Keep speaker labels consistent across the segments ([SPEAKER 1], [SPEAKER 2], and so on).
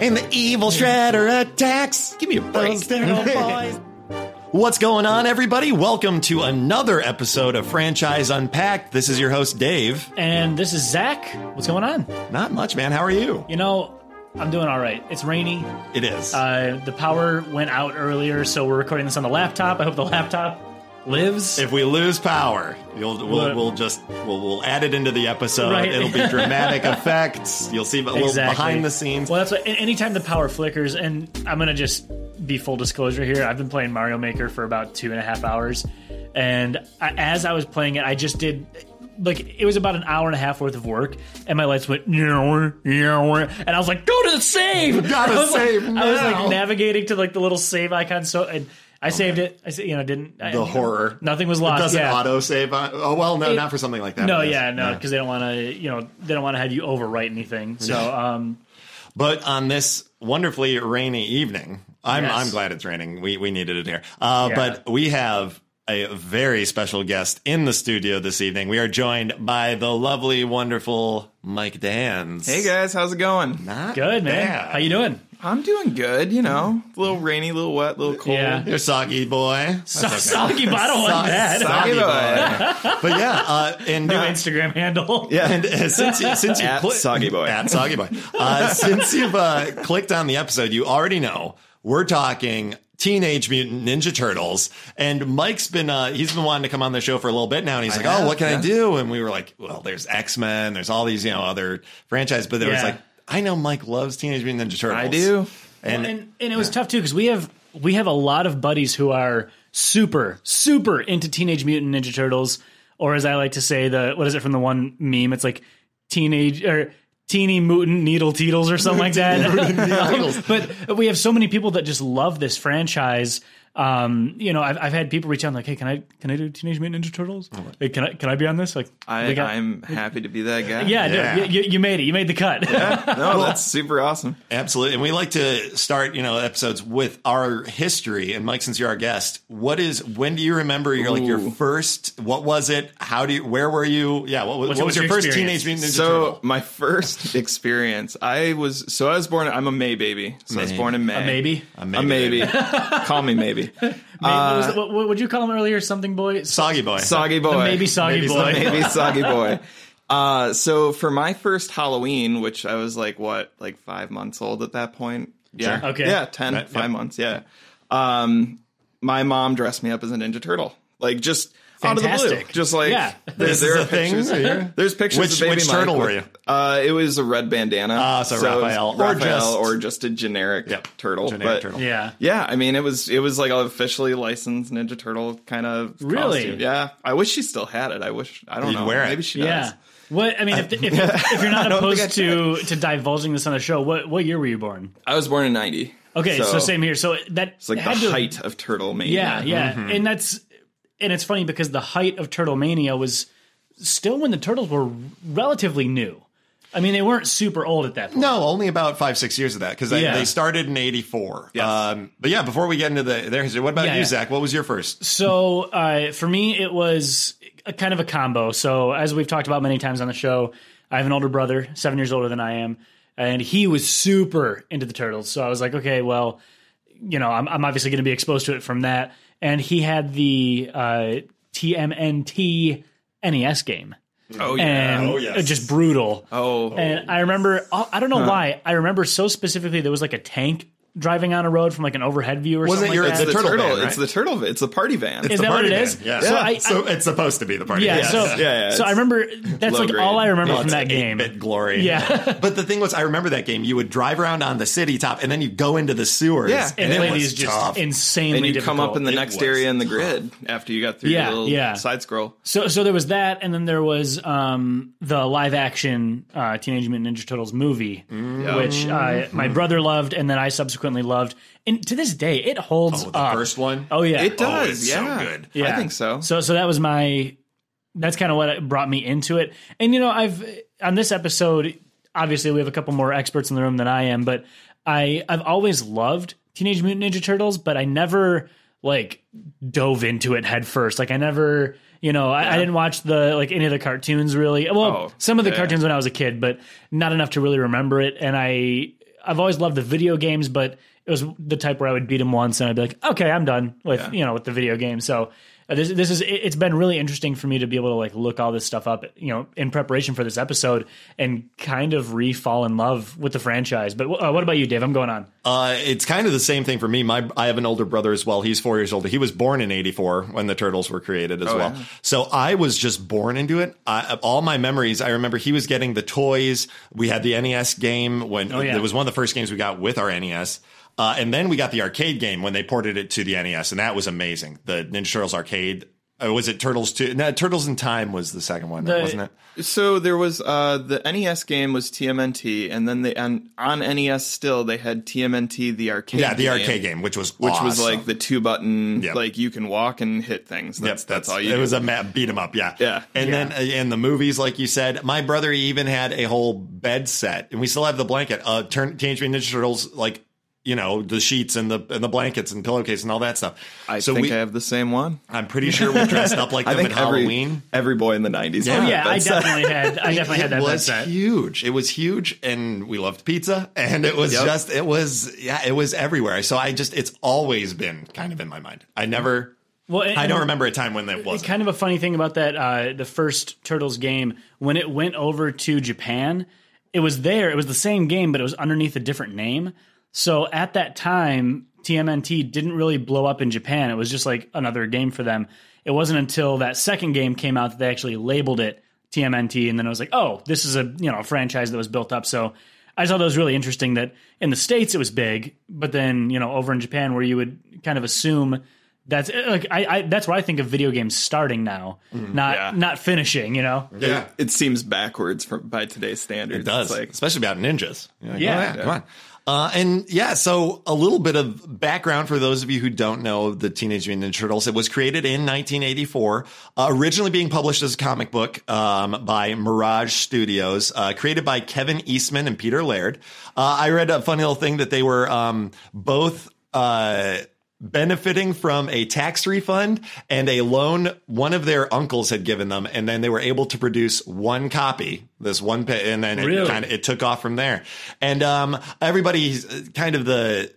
[SPEAKER 1] And the evil shredder attacks.
[SPEAKER 2] Give me a break.
[SPEAKER 1] Those terrible boys. What's going on, everybody? Welcome to another episode of Franchise Unpacked. This is your host, Dave.
[SPEAKER 2] And this is Zach. What's going on?
[SPEAKER 1] Not much, man. How are you?
[SPEAKER 2] You know, I'm doing all right. It's rainy.
[SPEAKER 1] It is.
[SPEAKER 2] Uh, the power went out earlier, so we're recording this on the laptop. I hope the laptop lives.
[SPEAKER 1] if we lose power, you'll, we'll,
[SPEAKER 2] What?
[SPEAKER 1] we'll just we'll, we'll add it into the episode.
[SPEAKER 2] Right.
[SPEAKER 1] It'll be dramatic effects. You'll see, but we'll-
[SPEAKER 2] Exactly.
[SPEAKER 1] behind the scenes.
[SPEAKER 2] Well, that's what, a- anytime the power flickers, and I'm gonna just be full disclosure here. I've been playing Mario Maker for about two and a half hours, and I, as I was playing it, I just did like it was about an hour and a half worth of work, and my lights went yeah, yeah, and I was like, go to the save,
[SPEAKER 1] Gotta
[SPEAKER 2] I was like-
[SPEAKER 1] save
[SPEAKER 2] I was
[SPEAKER 1] now.
[SPEAKER 2] like navigating to like the little save icon, so and I saved it. I sa- you know didn't I-
[SPEAKER 1] The horror.
[SPEAKER 2] Nothing was lost.
[SPEAKER 1] Doesn't
[SPEAKER 2] yeah.
[SPEAKER 1] auto save? Oh well, no,
[SPEAKER 2] It-
[SPEAKER 1] not for something like that.
[SPEAKER 2] no,
[SPEAKER 1] I guess.
[SPEAKER 2] yeah, no, because they don't want to, you know, they don't want to have you overwrite anything. So, um,
[SPEAKER 1] But on this wonderfully rainy evening, I'm
[SPEAKER 2] Yes.
[SPEAKER 1] I'm glad it's raining. We we needed it here. Uh,
[SPEAKER 2] Yeah.
[SPEAKER 1] But we have a very special guest in the studio this evening. We are joined by the lovely, wonderful Mike Dans.
[SPEAKER 3] Hey guys, how's it going?
[SPEAKER 1] Not
[SPEAKER 2] good man.
[SPEAKER 1] bad.
[SPEAKER 2] How you doing?
[SPEAKER 3] I'm doing good, you know. A little rainy, a little wet, a little cold.
[SPEAKER 2] Yeah.
[SPEAKER 1] You're soggy boy.
[SPEAKER 2] So- Soggy bottle
[SPEAKER 1] So-
[SPEAKER 2] like that.
[SPEAKER 1] so-
[SPEAKER 3] Sorry about it.
[SPEAKER 1] But yeah, uh, and
[SPEAKER 2] New Instagram handle.
[SPEAKER 3] Yeah.
[SPEAKER 1] And uh, since you, since you
[SPEAKER 3] At
[SPEAKER 1] cli-
[SPEAKER 3] Soggy Boy.
[SPEAKER 1] at Soggy Boy, uh, since you've uh, clicked on the episode, you already know we're talking Teenage Mutant Ninja Turtles. And Mike's been uh, he's been wanting to come on the show for a little bit now, and he's like, "Oh,
[SPEAKER 3] have,
[SPEAKER 1] what can I
[SPEAKER 3] yeah.
[SPEAKER 1] do?" And we were like, "Well, there's X Men, there's all these you know other franchise," but there was
[SPEAKER 2] Yeah.
[SPEAKER 1] like, "I know Mike loves Teenage Mutant Ninja Turtles.
[SPEAKER 3] I do.
[SPEAKER 1] and."
[SPEAKER 2] And and it was tough too because we have we have a lot of buddies who are super super into Teenage Mutant Ninja Turtles, or as I like to say, the what is it from the one meme? It's like teenage or teeny mutant needle teetles or something like that. but we have so many people that just love this franchise. Um, you know, I've, I've had people reach out like, "Hey, can I can I do Teenage Mutant Ninja Turtles? Hey, can I can I be on this?" Like,
[SPEAKER 3] I,
[SPEAKER 2] we got-
[SPEAKER 3] I'm happy to be that guy.
[SPEAKER 2] yeah,
[SPEAKER 1] Yeah.
[SPEAKER 2] dude, you, you- you made it. You made the cut.
[SPEAKER 3] No, that's super awesome.
[SPEAKER 1] Absolutely. And we like to start, you know, episodes with our history. And Mike, since you're our guest, what is when do you remember your like your
[SPEAKER 3] Ooh.
[SPEAKER 1] first what was it? How do you where were you? Yeah, what was,
[SPEAKER 2] What's-
[SPEAKER 1] what was
[SPEAKER 2] what's
[SPEAKER 1] your,
[SPEAKER 2] your
[SPEAKER 1] first
[SPEAKER 2] experience?
[SPEAKER 1] teenage mutant ninja
[SPEAKER 3] So
[SPEAKER 1] turtle?
[SPEAKER 3] my first experience, I was so I was born I'm a May baby. So I was
[SPEAKER 1] May.
[SPEAKER 3] born in May.
[SPEAKER 2] Maybe.
[SPEAKER 1] A
[SPEAKER 3] A maybe. Call me maybe.
[SPEAKER 2] Maybe what, was the- what- what would you call him earlier? Something boy.
[SPEAKER 1] Soggy boy.
[SPEAKER 3] Soggy boy.
[SPEAKER 2] maybe soggy boy.
[SPEAKER 3] Maybe soggy boy. Uh, so for my first Halloween, which I was like what, like five months old at that point. Yeah.
[SPEAKER 2] Sure. Okay.
[SPEAKER 3] Yeah, ten,
[SPEAKER 1] Right,
[SPEAKER 3] five
[SPEAKER 1] yep.
[SPEAKER 3] months. Yeah. Um, my mom dressed me up as a Ninja Turtle, like just out of the blue,
[SPEAKER 2] Fantastic.
[SPEAKER 3] just like
[SPEAKER 2] Yeah.
[SPEAKER 3] there,
[SPEAKER 1] This
[SPEAKER 3] there
[SPEAKER 1] is a
[SPEAKER 3] are
[SPEAKER 1] thing?
[SPEAKER 3] pictures.
[SPEAKER 1] Yeah.
[SPEAKER 3] There's pictures.
[SPEAKER 1] Which-
[SPEAKER 3] of baby
[SPEAKER 1] which
[SPEAKER 3] Mike
[SPEAKER 1] turtle were
[SPEAKER 3] with-
[SPEAKER 1] you?
[SPEAKER 3] Uh, it was a red bandana.
[SPEAKER 1] Ah, so
[SPEAKER 3] it was
[SPEAKER 1] Raphael. Or
[SPEAKER 3] Raphael,
[SPEAKER 1] just-
[SPEAKER 3] or just a generic
[SPEAKER 1] Yep.
[SPEAKER 3] turtle.
[SPEAKER 1] Generic
[SPEAKER 3] but
[SPEAKER 1] turtle.
[SPEAKER 2] Yeah.
[SPEAKER 3] yeah, I mean, it was it was like an officially licensed Ninja Turtle kind of
[SPEAKER 2] Really?
[SPEAKER 3] costume. Yeah, I wish she still had it. I wish I don't
[SPEAKER 1] You'd
[SPEAKER 3] know.
[SPEAKER 1] wear it.
[SPEAKER 3] Maybe she
[SPEAKER 2] Yeah.
[SPEAKER 3] does.
[SPEAKER 2] What I mean, if, if, if you're not
[SPEAKER 3] don't think
[SPEAKER 2] opposed
[SPEAKER 3] I
[SPEAKER 2] to to divulging this on the show, what what year were you born?
[SPEAKER 3] I was born in '90.
[SPEAKER 2] Okay, so, same here. So that
[SPEAKER 3] It's like
[SPEAKER 2] had
[SPEAKER 3] the
[SPEAKER 2] to-
[SPEAKER 3] height Mm-hmm. of turtle
[SPEAKER 2] Yeah,
[SPEAKER 3] mania.
[SPEAKER 2] yeah, and that's and it's funny because the height of Turtle Mania was still when the turtles were relatively new. I mean, they weren't super old at that point.
[SPEAKER 1] No, only about five, six years of that because they,
[SPEAKER 2] Yeah.
[SPEAKER 1] they started in 84. Um, but yeah, before we get into the, their history, what about
[SPEAKER 2] Yeah,
[SPEAKER 1] you,
[SPEAKER 2] yeah.
[SPEAKER 1] Zach? What was your first?
[SPEAKER 2] So uh, for me, it was a kind of a combo. So as we've talked about many times on the show, I have an older brother, seven years older than I am, and he was super into the turtles. So I was like, okay, well, you know, I'm, I'm obviously going to be exposed to it from that. And he had the uh, TMNT NES E game,
[SPEAKER 3] Oh
[SPEAKER 2] and
[SPEAKER 1] Oh, yes.
[SPEAKER 2] uh, just brutal.
[SPEAKER 3] Oh.
[SPEAKER 2] and I remember, oh, I don't know why, I remember so specifically there was like a tank driving on a road from like an overhead view or
[SPEAKER 1] Wasn't
[SPEAKER 2] something.
[SPEAKER 1] it your-
[SPEAKER 2] like
[SPEAKER 3] it's
[SPEAKER 2] that.
[SPEAKER 3] the,
[SPEAKER 1] The turtle
[SPEAKER 3] turtle.
[SPEAKER 1] van,
[SPEAKER 3] It's
[SPEAKER 1] right?
[SPEAKER 3] the turtle. van. It's the party van.
[SPEAKER 2] Is
[SPEAKER 3] the
[SPEAKER 2] that what
[SPEAKER 3] party
[SPEAKER 2] it
[SPEAKER 3] van.
[SPEAKER 2] is?
[SPEAKER 1] Yeah.
[SPEAKER 2] So I-
[SPEAKER 1] So it's supposed to be the party.
[SPEAKER 2] Yeah,
[SPEAKER 1] game.
[SPEAKER 2] so
[SPEAKER 3] yeah,
[SPEAKER 2] so I
[SPEAKER 3] it's
[SPEAKER 2] remember that's
[SPEAKER 3] low
[SPEAKER 2] like
[SPEAKER 3] grade.
[SPEAKER 2] all I remember
[SPEAKER 3] No,
[SPEAKER 2] from
[SPEAKER 1] It's
[SPEAKER 2] that game.
[SPEAKER 1] eight-bit glory.
[SPEAKER 2] Yeah.
[SPEAKER 1] but the thing was, I remember that game. You would drive around on the city top, and then you go into the sewers.
[SPEAKER 3] Yeah.
[SPEAKER 2] and
[SPEAKER 3] And
[SPEAKER 1] it
[SPEAKER 2] play
[SPEAKER 1] was
[SPEAKER 2] these just
[SPEAKER 1] tough.
[SPEAKER 2] insanely
[SPEAKER 3] And you
[SPEAKER 2] difficult.
[SPEAKER 3] come up in the
[SPEAKER 1] It
[SPEAKER 3] next
[SPEAKER 1] was
[SPEAKER 3] area in the grid after you got through
[SPEAKER 2] Yeah,
[SPEAKER 3] your little
[SPEAKER 2] yeah.
[SPEAKER 3] side scroll.
[SPEAKER 2] so so there was that, and then there was um, the live action uh, Teenage Mutant Ninja Turtles movie,
[SPEAKER 3] Mm-hmm.
[SPEAKER 2] which uh, my brother loved, and then I subsequently loved, and to this day it holds
[SPEAKER 1] Oh, the
[SPEAKER 2] up.
[SPEAKER 1] first one?
[SPEAKER 2] Oh yeah,
[SPEAKER 3] It does.
[SPEAKER 1] it's so
[SPEAKER 3] yeah.
[SPEAKER 1] good.
[SPEAKER 2] Yeah.
[SPEAKER 3] I think so.
[SPEAKER 2] So so that was my that's kind of what brought me into it. And you know, I've on this episode obviously we have a couple more experts in the room than I am, but I I've always loved Teenage Mutant Ninja Turtles, but I never like dove into it head first. Like I never you know, I, I didn't watch the like any of the cartoons really. Well,
[SPEAKER 3] Oh,
[SPEAKER 2] some of the
[SPEAKER 3] yeah.
[SPEAKER 2] cartoons when I was a kid, but not enough to really remember it. And I I've always loved the video games, but it was the type where I would beat them once and I'd be like, okay, I'm done with you know with the video game. So uh, this this is it- it's been really interesting for me to be able to like look all this stuff up, you know, in preparation for this episode and kind of re fall in love with the franchise. But uh, what about you, Dave? I'm going on.
[SPEAKER 1] Uh, it's kind of the same thing for me. My I have an older brother as well. He's four years old. He was born in '84 when the Turtles were created as well. So I was just born into it. I, all my memories. I remember he was getting the toys. We had the NES game when
[SPEAKER 2] yeah.
[SPEAKER 1] it was one of the first games we got with our NES. Uh, and then we got the arcade game when they ported it to the NES, and that was amazing. The Ninja Turtles arcade. Uh, was it Turtles Two? No, Turtles in Time was the second one,
[SPEAKER 2] The-
[SPEAKER 1] wasn't it?
[SPEAKER 3] So there was uh, the NES game was TMNT, and then they and on NES still they had TMNT the arcade.
[SPEAKER 1] Yeah, the arcade game, which was
[SPEAKER 3] which was
[SPEAKER 1] awesome.
[SPEAKER 3] like the two button,
[SPEAKER 1] Yep.
[SPEAKER 3] like you can walk and hit things. That's
[SPEAKER 1] Yep,
[SPEAKER 3] that's, all you.
[SPEAKER 1] It
[SPEAKER 3] do.
[SPEAKER 1] was a map beat 'em up, yeah,
[SPEAKER 3] Yeah.
[SPEAKER 1] And
[SPEAKER 2] Yeah.
[SPEAKER 1] then uh, in the movies, like you said, my brother even had a whole bed set, and we still have the blanket. Uh, turn Teenage Mutant Ninja Turtles, like you know, the sheets and the and the blankets and pillowcase and all that stuff.
[SPEAKER 3] I
[SPEAKER 1] so
[SPEAKER 3] think
[SPEAKER 1] we,
[SPEAKER 3] I have the same one.
[SPEAKER 1] I'm pretty sure we dressed up like
[SPEAKER 3] I
[SPEAKER 1] them at
[SPEAKER 3] think every,
[SPEAKER 1] Halloween.
[SPEAKER 3] every boy in the nineties.
[SPEAKER 1] Yeah,
[SPEAKER 2] Yeah, I
[SPEAKER 3] that's, uh,
[SPEAKER 2] definitely had I definitely had
[SPEAKER 1] it
[SPEAKER 2] that
[SPEAKER 1] was
[SPEAKER 2] mindset.
[SPEAKER 1] huge. It was huge, and we loved pizza, and it was
[SPEAKER 3] Yep.
[SPEAKER 1] just it was yeah, it was everywhere. So I just it's always been kind of in my mind. I never.
[SPEAKER 2] Well, and-
[SPEAKER 1] I don't remember a time when that wasn't.
[SPEAKER 2] Kind of a funny thing about that, uh, the first Turtles game, when it went over to Japan, it was there. It was the same game, but it was underneath a different name. So at that time, TMNT didn't really blow up in Japan. It was just like another game for them. It wasn't until that second game came out that they actually labeled it TMNT, and then I was like, oh, this is a you know a franchise that was built up. So I just thought that was really interesting that in the states it was big, but then you know over in Japan where you would kind of assume that's eh, like I, I that's where I think of video games starting now, not
[SPEAKER 3] Mm. Yeah.
[SPEAKER 2] not finishing. You know,
[SPEAKER 1] yeah.
[SPEAKER 3] It seems backwards from by today's standards.
[SPEAKER 1] It does,
[SPEAKER 3] It's like
[SPEAKER 1] especially about ninjas. You're like,
[SPEAKER 2] Yeah.
[SPEAKER 1] oh, come on. Uh, and yeah, so a little bit of background for those of you who don't know the Teenage Mutant Ninja Turtles. It was created in 1984, uh, originally being published as a comic book um, by Mirage Studios, uh, created by Kevin Eastman and Peter Laird. Uh, I read a funny little thing that they were um, both. Uh, benefiting from a tax refund and a loan one of their uncles had given them and then they were able to produce one copy this one pa- and then it
[SPEAKER 2] Really?
[SPEAKER 1] kind of it took off from there and um everybody's uh, kind of the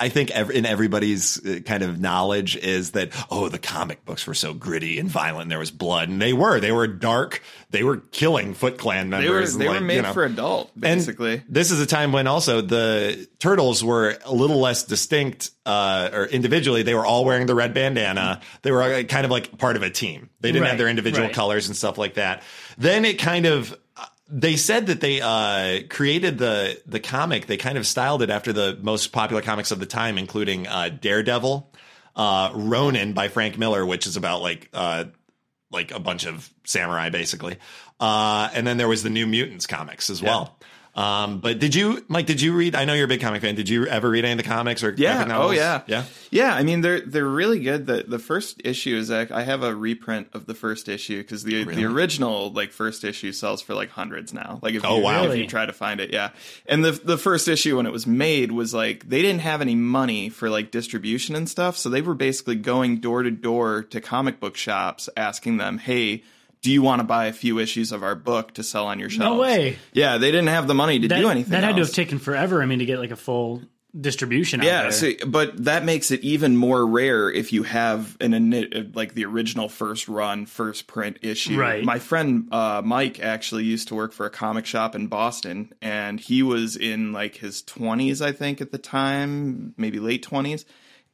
[SPEAKER 1] I think ev- in everybody's uh, kind of knowledge is that oh the comic books were so gritty and violent and there was blood and they were they were dark they were killing Foot Clan
[SPEAKER 3] they were
[SPEAKER 1] members and,
[SPEAKER 3] they were
[SPEAKER 1] like,
[SPEAKER 3] made
[SPEAKER 1] you know.
[SPEAKER 3] for adult
[SPEAKER 1] And
[SPEAKER 3] basically.
[SPEAKER 1] this is a time when also the turtles were a little less distinct, uh, or individually, they were all wearing the red bandana. They were uh, kind of like part of a team. They didn't
[SPEAKER 2] Right,
[SPEAKER 1] have their individual
[SPEAKER 2] right.
[SPEAKER 1] colors and stuff like that. Then it kind of, uh, they said that they uh, created the the comic. They kind of styled it after the most popular comics of the time, including uh, Daredevil, uh, Ronin by Frank Miller, which is about like uh, like a bunch of samurai basically. Uh, and then there was the New Mutants comics as well. Um, but did you, Mike? Did you read? I know you're a big comic fan. Did you ever read any of the comics or
[SPEAKER 3] Yeah.
[SPEAKER 1] graphic
[SPEAKER 3] Oh
[SPEAKER 1] novels?
[SPEAKER 3] yeah.
[SPEAKER 1] yeah.
[SPEAKER 3] Yeah. I mean, they're they're really good. The the first issue is ac- I have a reprint of the first issue because the the original like first issue sells for like hundreds now. Like if
[SPEAKER 1] Oh,
[SPEAKER 3] you,
[SPEAKER 1] wow.
[SPEAKER 3] if
[SPEAKER 2] Really?
[SPEAKER 3] you try to find it, yeah. And the the first issue when it was made was like they didn't have any money for like distribution and stuff, so they were basically going door to door to comic book shops asking them, hey. Do you want to buy a few issues of our book to sell on your shelves?
[SPEAKER 2] way.
[SPEAKER 3] Yeah, they didn't have the money to
[SPEAKER 2] that,
[SPEAKER 3] do anything.
[SPEAKER 2] that had to
[SPEAKER 3] else.
[SPEAKER 2] have taken forever. I mean, to get like a full distribution. out
[SPEAKER 3] Yeah,
[SPEAKER 2] there.
[SPEAKER 3] so, but that makes it even more rare if you have an ini- like the original first run, first print issue.
[SPEAKER 2] Right.
[SPEAKER 3] My friend uh, Mike actually used to work for a comic shop in Boston, and he was in like his twenties, I think, at the time, maybe late twenties,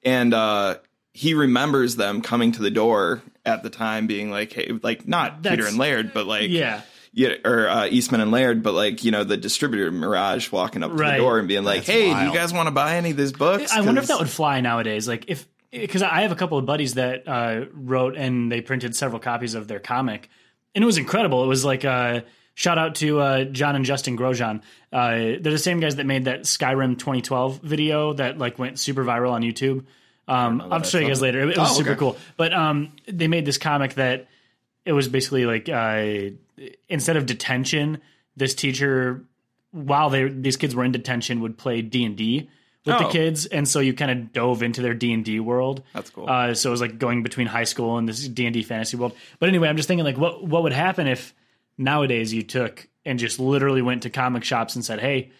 [SPEAKER 3] and uh, he remembers them coming to the door at the time, being like, "Hey, like not Peter
[SPEAKER 2] That's-
[SPEAKER 3] and Laird, but like
[SPEAKER 2] yeah.
[SPEAKER 3] yeah, or uh, Eastman and Laird, but like you know the distributor Mirage walking up to
[SPEAKER 2] Right.
[SPEAKER 3] the door and being like, "Hey, do
[SPEAKER 1] wild.
[SPEAKER 3] you guys want to buy any of these books?"
[SPEAKER 2] I wonder if
[SPEAKER 3] 'Cause-
[SPEAKER 2] that would fly nowadays. Like if because I have a couple of buddies that uh, wrote and they printed several copies of their comic, and it was incredible. It was like uh, shout out to uh, John and Justin Grosjean. Uh, they're the same guys that made that Skyrim 2012 video that like went super viral on YouTube. Um, I'll show you guys later. It, it was super cool. But um, they made this comic that it was basically like uh, instead of detention, this teacher while they these kids were in detention would play D and D with the
[SPEAKER 3] Oh.
[SPEAKER 2] kids, and so you kind of dove into their D and D world.
[SPEAKER 3] That's cool.
[SPEAKER 2] Uh, so it was like going between high school and this D and D fantasy world. But anyway, I'm just thinking like what what would happen if nowadays you took and just literally went to comic shops and said, hey.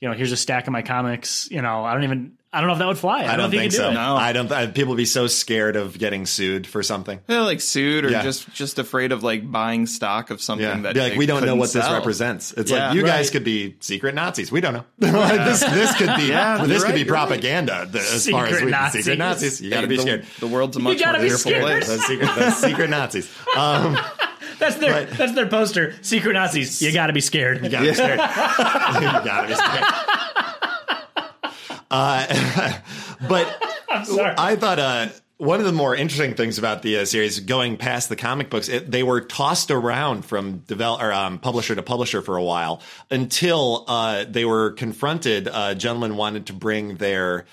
[SPEAKER 2] you know, here's a stack of my comics. You know, I don't even I don't know if that would fly. I don't,
[SPEAKER 1] I don't
[SPEAKER 2] think,
[SPEAKER 1] think
[SPEAKER 2] you could
[SPEAKER 1] so.
[SPEAKER 2] do it.
[SPEAKER 3] No.
[SPEAKER 1] I don't. Th- people be so scared of getting sued for something.
[SPEAKER 3] They're like sued or
[SPEAKER 1] Yeah.
[SPEAKER 3] just just afraid of like buying stock of something
[SPEAKER 1] Yeah,
[SPEAKER 3] that
[SPEAKER 1] Be like
[SPEAKER 3] they
[SPEAKER 1] we don't know
[SPEAKER 3] couldn't
[SPEAKER 1] what this
[SPEAKER 3] sell.
[SPEAKER 1] represents. It's
[SPEAKER 3] Yeah.
[SPEAKER 1] like you guys
[SPEAKER 2] Right.
[SPEAKER 1] could be secret Nazis. We don't know. Like, this this could be
[SPEAKER 3] Yeah, you're
[SPEAKER 1] this
[SPEAKER 3] right,
[SPEAKER 1] could be
[SPEAKER 3] you're right.
[SPEAKER 1] propaganda th- as far as
[SPEAKER 2] Secret
[SPEAKER 1] we
[SPEAKER 2] Nazis.
[SPEAKER 1] secret Nazis. You got to be
[SPEAKER 3] the,
[SPEAKER 1] scared.
[SPEAKER 3] The world's a much
[SPEAKER 2] gotta
[SPEAKER 3] more
[SPEAKER 2] be
[SPEAKER 3] fearful
[SPEAKER 2] scared.
[SPEAKER 3] place.
[SPEAKER 1] Those secret, those secret Nazis. Um,
[SPEAKER 2] That's their
[SPEAKER 1] Right.
[SPEAKER 2] that's their poster. Secret Nazis. You got to be scared.
[SPEAKER 1] you gotta be scared. you gotta be scared. Uh, but
[SPEAKER 2] I'm sorry.
[SPEAKER 1] I thought uh, one of the more interesting things about the uh, series, going past the comic books, it, they were tossed around from develop or um, publisher to publisher for a while until uh, they were confronted. Uh, gentlemen wanted to bring their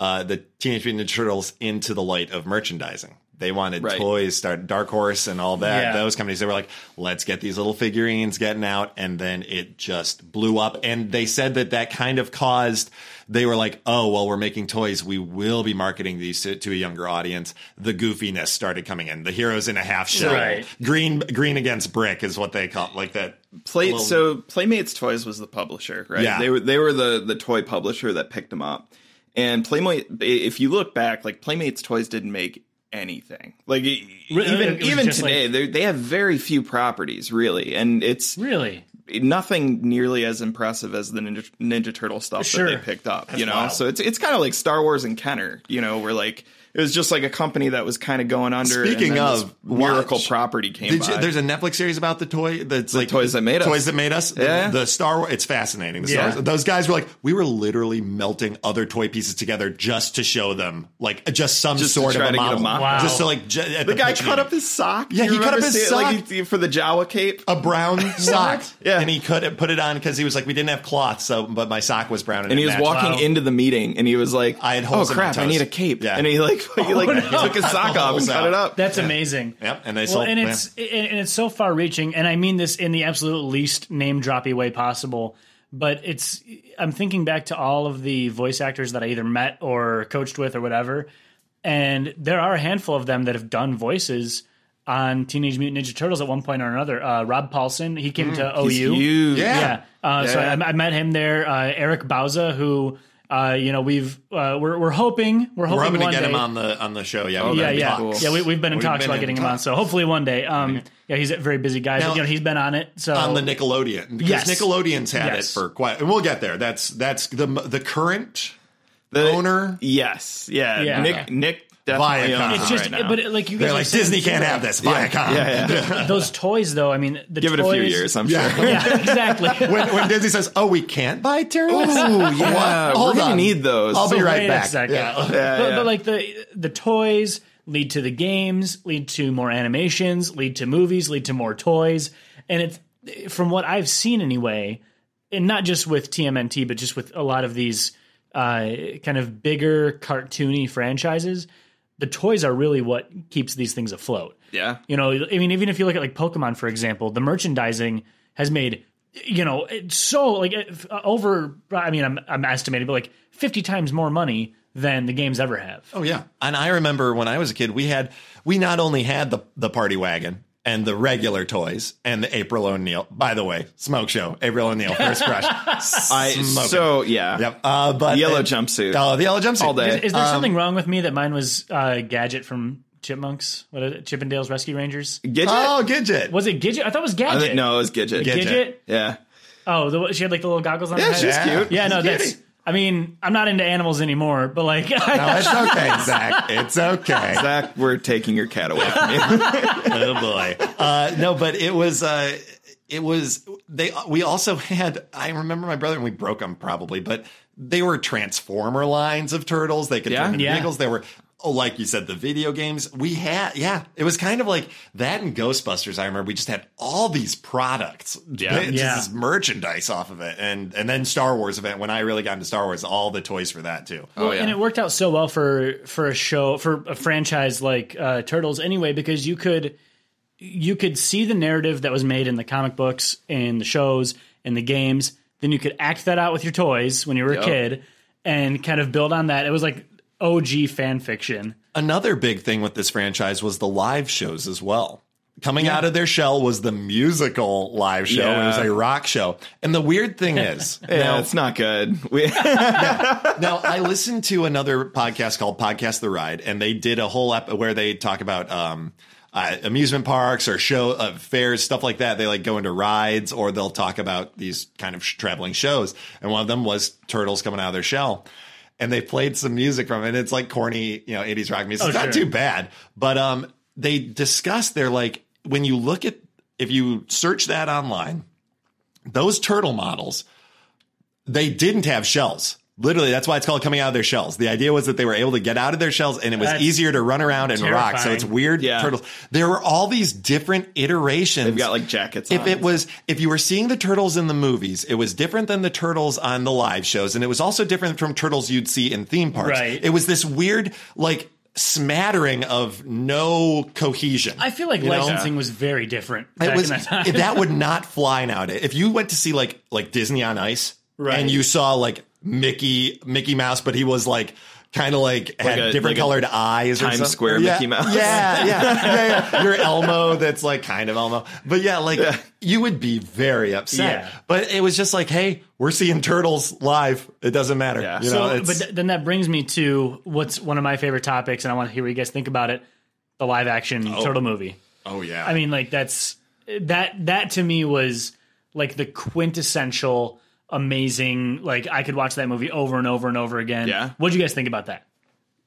[SPEAKER 1] uh, the Teenage Mutant Ninja Turtles into the light of merchandising. They wanted
[SPEAKER 3] Right.
[SPEAKER 1] toys, start Dark Horse, and all that.
[SPEAKER 2] Yeah.
[SPEAKER 1] Those companies they were like, let's get these little figurines getting out, and then it just blew up. And they said that that kind of caused. They were like, oh well, we're making toys. We will be marketing these to, to a younger audience. The goofiness started coming in. The heroes in a half shell,
[SPEAKER 2] Right.
[SPEAKER 1] green green against brick is what they call like that.
[SPEAKER 3] Play,
[SPEAKER 1] Well-
[SPEAKER 3] so Playmates Toys was the publisher, right?
[SPEAKER 1] Yeah.
[SPEAKER 3] They were they were the the toy publisher that picked them up. And Playmate if you look back, like Playmates Toys didn't make anything. Like e-
[SPEAKER 2] Re-
[SPEAKER 3] even
[SPEAKER 2] it was
[SPEAKER 3] even
[SPEAKER 2] just like-
[SPEAKER 3] today, they they have very few properties really, and it's
[SPEAKER 2] really?
[SPEAKER 3] nothing nearly as impressive as the Ninja, Ninja Turtle stuff
[SPEAKER 2] Sure.
[SPEAKER 3] that they picked up. you know,
[SPEAKER 1] wild.
[SPEAKER 3] so it's it's kind of like Star Wars and Kenner. You know, where like it was just like a company that was kind of going under.
[SPEAKER 1] Speaking
[SPEAKER 3] and then this
[SPEAKER 1] of,
[SPEAKER 3] miracle
[SPEAKER 1] watch.
[SPEAKER 3] property came
[SPEAKER 1] Did
[SPEAKER 3] by.
[SPEAKER 1] you, there's a Netflix series about the toy that's like
[SPEAKER 3] Toys That Made Us.
[SPEAKER 1] Toys that made us. The-
[SPEAKER 3] Yeah.
[SPEAKER 1] The, Star Wars. It's fascinating. The Star
[SPEAKER 2] Yeah.
[SPEAKER 1] Wars- Those guys were like, we were literally melting other toy pieces together just to show them, like just some
[SPEAKER 3] Just to
[SPEAKER 1] sort of
[SPEAKER 3] try
[SPEAKER 1] a
[SPEAKER 3] to get a
[SPEAKER 1] model.
[SPEAKER 3] model.
[SPEAKER 2] Wow.
[SPEAKER 1] Just to like, ju- at
[SPEAKER 3] the guy
[SPEAKER 1] pitch
[SPEAKER 3] cut
[SPEAKER 1] meeting.
[SPEAKER 3] up his sock.
[SPEAKER 1] Yeah,
[SPEAKER 3] You
[SPEAKER 1] he cut
[SPEAKER 3] remember
[SPEAKER 1] up his
[SPEAKER 3] seeing it?
[SPEAKER 1] sock.
[SPEAKER 3] like, he- for the Jawa cape.
[SPEAKER 1] a brown sock.
[SPEAKER 3] Yeah.
[SPEAKER 1] And he couldn't put it on because he was like, we didn't have cloth. So, but my sock was brown. And,
[SPEAKER 3] And
[SPEAKER 1] it
[SPEAKER 3] he was
[SPEAKER 1] matched.
[SPEAKER 3] walking
[SPEAKER 2] Wow.
[SPEAKER 3] into the meeting, and he was like,
[SPEAKER 1] I had
[SPEAKER 3] "Oh
[SPEAKER 1] holes in my
[SPEAKER 3] crap, I
[SPEAKER 1] toes."
[SPEAKER 3] need a cape."
[SPEAKER 1] Yeah.
[SPEAKER 3] And he like he like
[SPEAKER 2] no.
[SPEAKER 3] took his sock
[SPEAKER 1] The
[SPEAKER 3] off
[SPEAKER 1] holes
[SPEAKER 3] and cut
[SPEAKER 1] out.
[SPEAKER 3] it up.
[SPEAKER 2] That's amazing.
[SPEAKER 1] Yep. And they
[SPEAKER 2] Well,
[SPEAKER 1] sold
[SPEAKER 2] and
[SPEAKER 1] yeah.
[SPEAKER 2] it's and and it's so far reaching, and I mean this in the absolute least name droppy way possible. But it's I'm thinking back to all of the voice actors that I either met or coached with or whatever, and there are a handful of them that have done voices on Teenage Mutant Ninja Turtles at one point or another. Uh, Rob Paulson, he came to OU.
[SPEAKER 3] He's huge.
[SPEAKER 1] Yeah.
[SPEAKER 2] Yeah. Uh, So I,
[SPEAKER 3] Yeah.
[SPEAKER 2] I met him there. Uh, Eric Bauza, who uh, you know we've uh, we're we're hoping we're hoping
[SPEAKER 1] We're hoping to
[SPEAKER 2] one
[SPEAKER 1] get
[SPEAKER 2] day.
[SPEAKER 1] him on the, on the show. Yeah.
[SPEAKER 2] Yeah,
[SPEAKER 3] yeah, Oh, That'd be
[SPEAKER 2] yeah,
[SPEAKER 3] cool.
[SPEAKER 2] yeah. We, we've been in
[SPEAKER 1] We've
[SPEAKER 2] talks
[SPEAKER 1] been
[SPEAKER 2] about
[SPEAKER 1] in
[SPEAKER 2] getting him on,
[SPEAKER 1] talks.
[SPEAKER 2] so hopefully one day. Um, yeah, he's a very busy guy,
[SPEAKER 1] Now-
[SPEAKER 2] but you know he's been on it. So
[SPEAKER 1] on the Nickelodeon because
[SPEAKER 2] Yes.
[SPEAKER 1] Nickelodeon's had
[SPEAKER 2] Yes.
[SPEAKER 1] it for quite. And we'll get there. That's that's the the current
[SPEAKER 3] The-
[SPEAKER 1] owner.
[SPEAKER 3] Yes. Yeah.
[SPEAKER 2] Yeah.
[SPEAKER 3] Nick. Nick. Definitely
[SPEAKER 1] Viacom.
[SPEAKER 3] owns
[SPEAKER 2] it's
[SPEAKER 3] it
[SPEAKER 2] just,
[SPEAKER 3] right now.
[SPEAKER 2] but it, like you guys
[SPEAKER 1] They're
[SPEAKER 2] were
[SPEAKER 1] like
[SPEAKER 2] saying,
[SPEAKER 1] Disney
[SPEAKER 2] too,
[SPEAKER 1] can't
[SPEAKER 2] like,
[SPEAKER 1] have this. Viacom.
[SPEAKER 3] yeah, yeah.
[SPEAKER 2] those toys, though. I mean, the
[SPEAKER 3] Give it a
[SPEAKER 2] toys,
[SPEAKER 3] few years. I'm
[SPEAKER 1] Yeah.
[SPEAKER 3] sure.
[SPEAKER 2] yeah, exactly.
[SPEAKER 1] when, when Disney says, "Oh, we can't buy turtles,"
[SPEAKER 3] Ooh, yeah.
[SPEAKER 1] What?
[SPEAKER 3] We're
[SPEAKER 1] Hold
[SPEAKER 3] gonna
[SPEAKER 1] on.
[SPEAKER 3] need those.
[SPEAKER 1] I'll be
[SPEAKER 2] Wait
[SPEAKER 1] right
[SPEAKER 2] a
[SPEAKER 1] back.
[SPEAKER 2] second.
[SPEAKER 1] Yeah.
[SPEAKER 3] Yeah,
[SPEAKER 2] but,
[SPEAKER 3] yeah.
[SPEAKER 2] but like the the toys lead to the games, lead to more animations, lead to movies, lead to more toys, and it's from what I've seen anyway, and not just with TMNT, but just with a lot of these uh, kind of bigger cartoony franchises. The toys are really what keeps these things afloat.
[SPEAKER 3] yeah.
[SPEAKER 2] You know, I mean, even if you look at like Pokemon, for example, the merchandising has made you know it's so like it- over. I mean, I'm I'm estimating, but like fifty times more money than the games ever have.
[SPEAKER 1] Oh yeah. And I remember when I was a kid, we had we not only had the the party wagon and the regular toys and the April O'Neil. By the way, smoke show. April O'Neil first crush.
[SPEAKER 3] I
[SPEAKER 1] Smoking.
[SPEAKER 3] so yeah.
[SPEAKER 1] Yep. Uh, but
[SPEAKER 3] Yellow jumpsuit.
[SPEAKER 1] Oh, the yellow jumpsuit.
[SPEAKER 3] All day.
[SPEAKER 2] Is there something wrong with me that mine was uh, Gadget from Chipmunks? What is it? Chippendales Rescue Rangers?
[SPEAKER 3] Gidget.
[SPEAKER 1] Oh, Gidget.
[SPEAKER 2] Was it Gidget? I thought it was
[SPEAKER 3] I
[SPEAKER 2] Gadget.
[SPEAKER 3] think, no, it was Gidget.
[SPEAKER 1] Gidget.
[SPEAKER 2] Gidget.
[SPEAKER 3] Yeah.
[SPEAKER 2] Oh, the, she had like the little goggles on
[SPEAKER 3] Yeah,
[SPEAKER 2] her head.
[SPEAKER 3] she's cute.
[SPEAKER 2] yeah, no,
[SPEAKER 1] She's
[SPEAKER 2] that's.
[SPEAKER 1] cutie.
[SPEAKER 2] I mean, I'm not into animals anymore, but like,
[SPEAKER 1] No, Oh, it's okay, Zach. It's okay.
[SPEAKER 3] Zach, we're taking your cat away from you.
[SPEAKER 1] oh boy. Uh, no, but it was. Uh, it was they. We also had. I remember my brother and we broke them probably, but they were transformer lines of turtles. They could
[SPEAKER 3] Yeah.
[SPEAKER 1] turn into
[SPEAKER 2] Yeah.
[SPEAKER 1] vehicles. They were. Oh, like you said, the video games we had, yeah, it was kind of like that and Ghostbusters. I remember we just had all these products,
[SPEAKER 3] Yeah.
[SPEAKER 1] Just
[SPEAKER 2] Yeah.
[SPEAKER 1] this merchandise off of it, and and then Star Wars event. When I really got into Star Wars, all the toys for that too.
[SPEAKER 3] Oh, yeah.
[SPEAKER 2] and it worked out so well for for a show for a franchise like uh, Turtles anyway because you could you could see the narrative that was made in the comic books in the shows in the games then you could act that out with your toys when you were
[SPEAKER 3] Yep.
[SPEAKER 2] a kid and kind of build on that it was like OG fan fiction
[SPEAKER 1] another big thing with this franchise was the live shows as well. coming out of their shell was the musical live show. It was
[SPEAKER 3] Yeah.
[SPEAKER 1] a rock show. And the weird thing is,
[SPEAKER 3] Yeah,
[SPEAKER 1] now-
[SPEAKER 3] it's not good. We,
[SPEAKER 1] now I listened to another podcast called Podcast the Ride, and they did a whole ep where they talk about um, uh, amusement parks or show uh, fairs, stuff like that. They like go into rides, or they'll talk about these kind of sh- traveling shows. And one of them was turtles coming out of their shell. And they played some music from it. And it's like corny, you know, 80s rock music. it's
[SPEAKER 2] Oh,
[SPEAKER 1] not
[SPEAKER 2] sure.
[SPEAKER 1] too bad. But um, they discussed, they're like, when you look at, if you search that online, those turtle models, they didn't have shells. Literally, that's why it's called coming out of their shells. The idea was that they were able to get out of their shells and it was
[SPEAKER 2] That's
[SPEAKER 1] easier to run around and rock. So
[SPEAKER 2] terrifying.
[SPEAKER 1] it's weird
[SPEAKER 3] Yeah.
[SPEAKER 1] turtles. There were all these different iterations.
[SPEAKER 3] They've got like jackets.
[SPEAKER 1] if
[SPEAKER 3] on.
[SPEAKER 1] it was if you were seeing the turtles in the movies, it was different than the turtles on the live shows, and it was also different from turtles you'd see in theme parks.
[SPEAKER 2] Right.
[SPEAKER 1] It was this weird like smattering of no cohesion.
[SPEAKER 2] I feel like
[SPEAKER 1] You know?
[SPEAKER 2] licensing was very different back
[SPEAKER 1] It was
[SPEAKER 2] in that time.
[SPEAKER 1] if that would not fly nowadays. If you went to see like like Disney on Ice,
[SPEAKER 2] Right.
[SPEAKER 1] and you saw like Mickey Mickey Mouse, but he was like kind of like, had
[SPEAKER 3] a-
[SPEAKER 1] different
[SPEAKER 3] like a
[SPEAKER 1] colored eyes. or
[SPEAKER 3] Times
[SPEAKER 1] something.
[SPEAKER 3] Square
[SPEAKER 1] Yeah.
[SPEAKER 3] Mickey Mouse.
[SPEAKER 1] Yeah, yeah, yeah, yeah. Your Elmo, that's like kind of Elmo, but yeah, like you would be very upset.
[SPEAKER 2] Yeah.
[SPEAKER 1] But it was just like, hey, we're seeing turtles live. It doesn't matter.
[SPEAKER 3] Yeah.
[SPEAKER 1] You know,
[SPEAKER 2] So,
[SPEAKER 1] it's,
[SPEAKER 2] but th- then that brings me to what's one of my favorite topics, and I want to hear what you guys think about it: the live action turtle movie.
[SPEAKER 1] oh yeah.
[SPEAKER 2] I mean, like that's that that to me was like the quintessential amazing. Like I could watch that movie over and over and over again.
[SPEAKER 3] Yeah.
[SPEAKER 2] What do you guys think about that?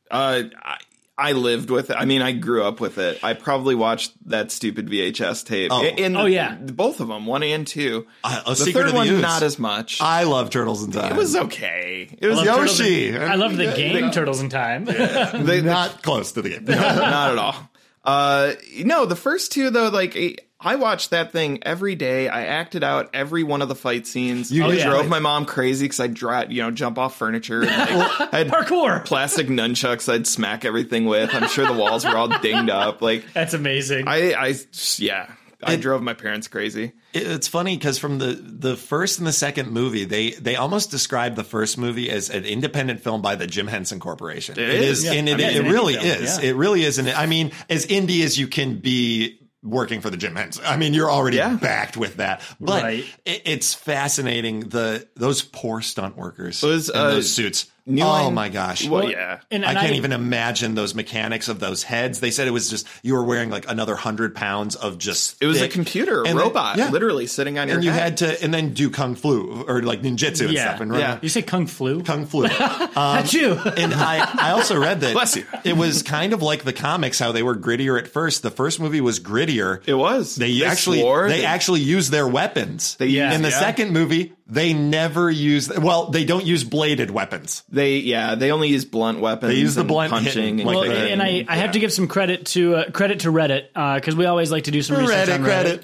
[SPEAKER 3] uh, I, I lived with it. I mean, I grew up with it. I probably watched that stupid VHS tape.
[SPEAKER 1] Oh.
[SPEAKER 3] And
[SPEAKER 2] Oh, yeah.
[SPEAKER 3] both of them, one and two.
[SPEAKER 1] Uh, A
[SPEAKER 3] the
[SPEAKER 1] Secret
[SPEAKER 3] third
[SPEAKER 1] of the
[SPEAKER 3] one,
[SPEAKER 1] Ooze.
[SPEAKER 3] not as much.
[SPEAKER 1] I love turtles in time.
[SPEAKER 3] it was okay. It was
[SPEAKER 1] love
[SPEAKER 3] okay.
[SPEAKER 1] Turtles Yoshi.
[SPEAKER 2] I love the game Turtles in Time.
[SPEAKER 3] They-
[SPEAKER 1] not close to the game.
[SPEAKER 3] not at all. Uh, no, the first two though, like I- I watched that thing every day. I acted out every one of the fight scenes.
[SPEAKER 1] You
[SPEAKER 3] I
[SPEAKER 1] did.
[SPEAKER 3] drove my mom crazy because I drive, you know, jump off furniture. And, like, I had
[SPEAKER 2] Parkour.
[SPEAKER 3] plastic nunchucks. I'd smack everything with. I'm sure the walls were all dinged up. Like
[SPEAKER 2] That's amazing.
[SPEAKER 3] I, I, yeah, I drove my parents crazy.
[SPEAKER 1] It- it's funny because from the the first and the second movie, they they almost describe the first movie as an independent film by the Jim Henson Corporation. it
[SPEAKER 3] is.
[SPEAKER 1] is, and it,
[SPEAKER 3] I mean,
[SPEAKER 1] it
[SPEAKER 2] it's an
[SPEAKER 1] really
[SPEAKER 2] indie film,
[SPEAKER 1] is.
[SPEAKER 2] yeah.
[SPEAKER 1] It really is, and I mean, as indie as you can be working for the Jim Henson. I mean, you're already
[SPEAKER 3] Yeah.
[SPEAKER 1] backed with that, but
[SPEAKER 2] Right.
[SPEAKER 1] it, it's fascinating. The those poor stunt workers
[SPEAKER 3] Was,
[SPEAKER 1] in
[SPEAKER 3] uh,
[SPEAKER 1] those suits.
[SPEAKER 3] New
[SPEAKER 1] oh
[SPEAKER 3] Line-
[SPEAKER 1] my gosh!
[SPEAKER 3] Well, yeah.
[SPEAKER 2] and,
[SPEAKER 1] I
[SPEAKER 2] and
[SPEAKER 1] can't even imagine those mechanics of those heads. They said it was just you were wearing like another hundred pounds of just.
[SPEAKER 3] It was a
[SPEAKER 1] thick-
[SPEAKER 3] computer, a
[SPEAKER 1] and they-
[SPEAKER 3] robot,
[SPEAKER 1] yeah.
[SPEAKER 3] literally sitting on your
[SPEAKER 1] and you
[SPEAKER 3] head.
[SPEAKER 1] had to and then do kung flu or like ninjutsu and
[SPEAKER 2] Yeah.
[SPEAKER 1] stuff and run
[SPEAKER 3] Yeah.
[SPEAKER 2] You say kung flu?
[SPEAKER 1] kung flu. Uh,
[SPEAKER 2] Not you.
[SPEAKER 1] and I, I also read that
[SPEAKER 3] Bless you.
[SPEAKER 1] it was kind of like the comics how they were grittier at first. The first movie was grittier.
[SPEAKER 3] it was.
[SPEAKER 1] They, actually
[SPEAKER 3] swore,
[SPEAKER 1] they, actually use their weapons.
[SPEAKER 3] They Yeah.
[SPEAKER 1] In the
[SPEAKER 3] yeah.
[SPEAKER 1] second movie, they never use well, they don't use bladed weapons.
[SPEAKER 3] They yeah, they only use blunt weapons.
[SPEAKER 1] They use the
[SPEAKER 3] and
[SPEAKER 1] blunt
[SPEAKER 3] punching.
[SPEAKER 1] hitting,
[SPEAKER 3] and
[SPEAKER 1] like
[SPEAKER 2] Well,
[SPEAKER 1] they
[SPEAKER 3] cutting.
[SPEAKER 1] did.
[SPEAKER 2] and I, I have to give some credit to uh, credit to Reddit because we always like to do some research
[SPEAKER 1] Reddit
[SPEAKER 2] on Reddit.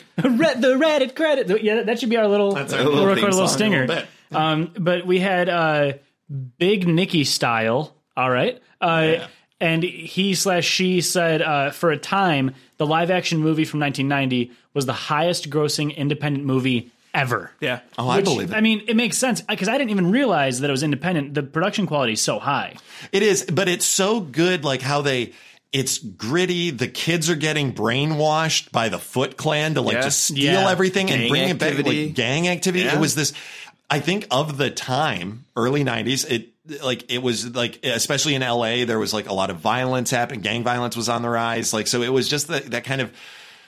[SPEAKER 2] Re- the Reddit credit. The- Yeah, that should be our little.
[SPEAKER 1] That's our
[SPEAKER 2] we'll
[SPEAKER 3] little
[SPEAKER 2] record
[SPEAKER 3] theme
[SPEAKER 2] a little
[SPEAKER 3] song.
[SPEAKER 2] stinger.
[SPEAKER 1] A little bit.
[SPEAKER 2] um, but we had uh, Big Nicky style. All right. Uh, And he slash she said, uh, for a time, the live action movie from 1990 was the highest grossing independent movie ever.
[SPEAKER 3] yeah.
[SPEAKER 1] Oh, I
[SPEAKER 2] Which,
[SPEAKER 1] believe it.
[SPEAKER 2] I mean, it makes sense because I didn't even realize that it was independent. The production quality is so high.
[SPEAKER 1] It is, but it's so good, like how they. It's gritty. The kids are getting brainwashed by the Foot Clan to like
[SPEAKER 3] Yeah.
[SPEAKER 1] just steal
[SPEAKER 2] Yeah.
[SPEAKER 1] everything and
[SPEAKER 3] Gang
[SPEAKER 1] bring it back.
[SPEAKER 3] activity.
[SPEAKER 1] Like gang activity.
[SPEAKER 3] Yeah.
[SPEAKER 1] It was this. I think of the time, early '90s. It like it was like, especially in LA, there was like a lot of violence happening. Gang violence was on the rise. Like so, it was just that that kind of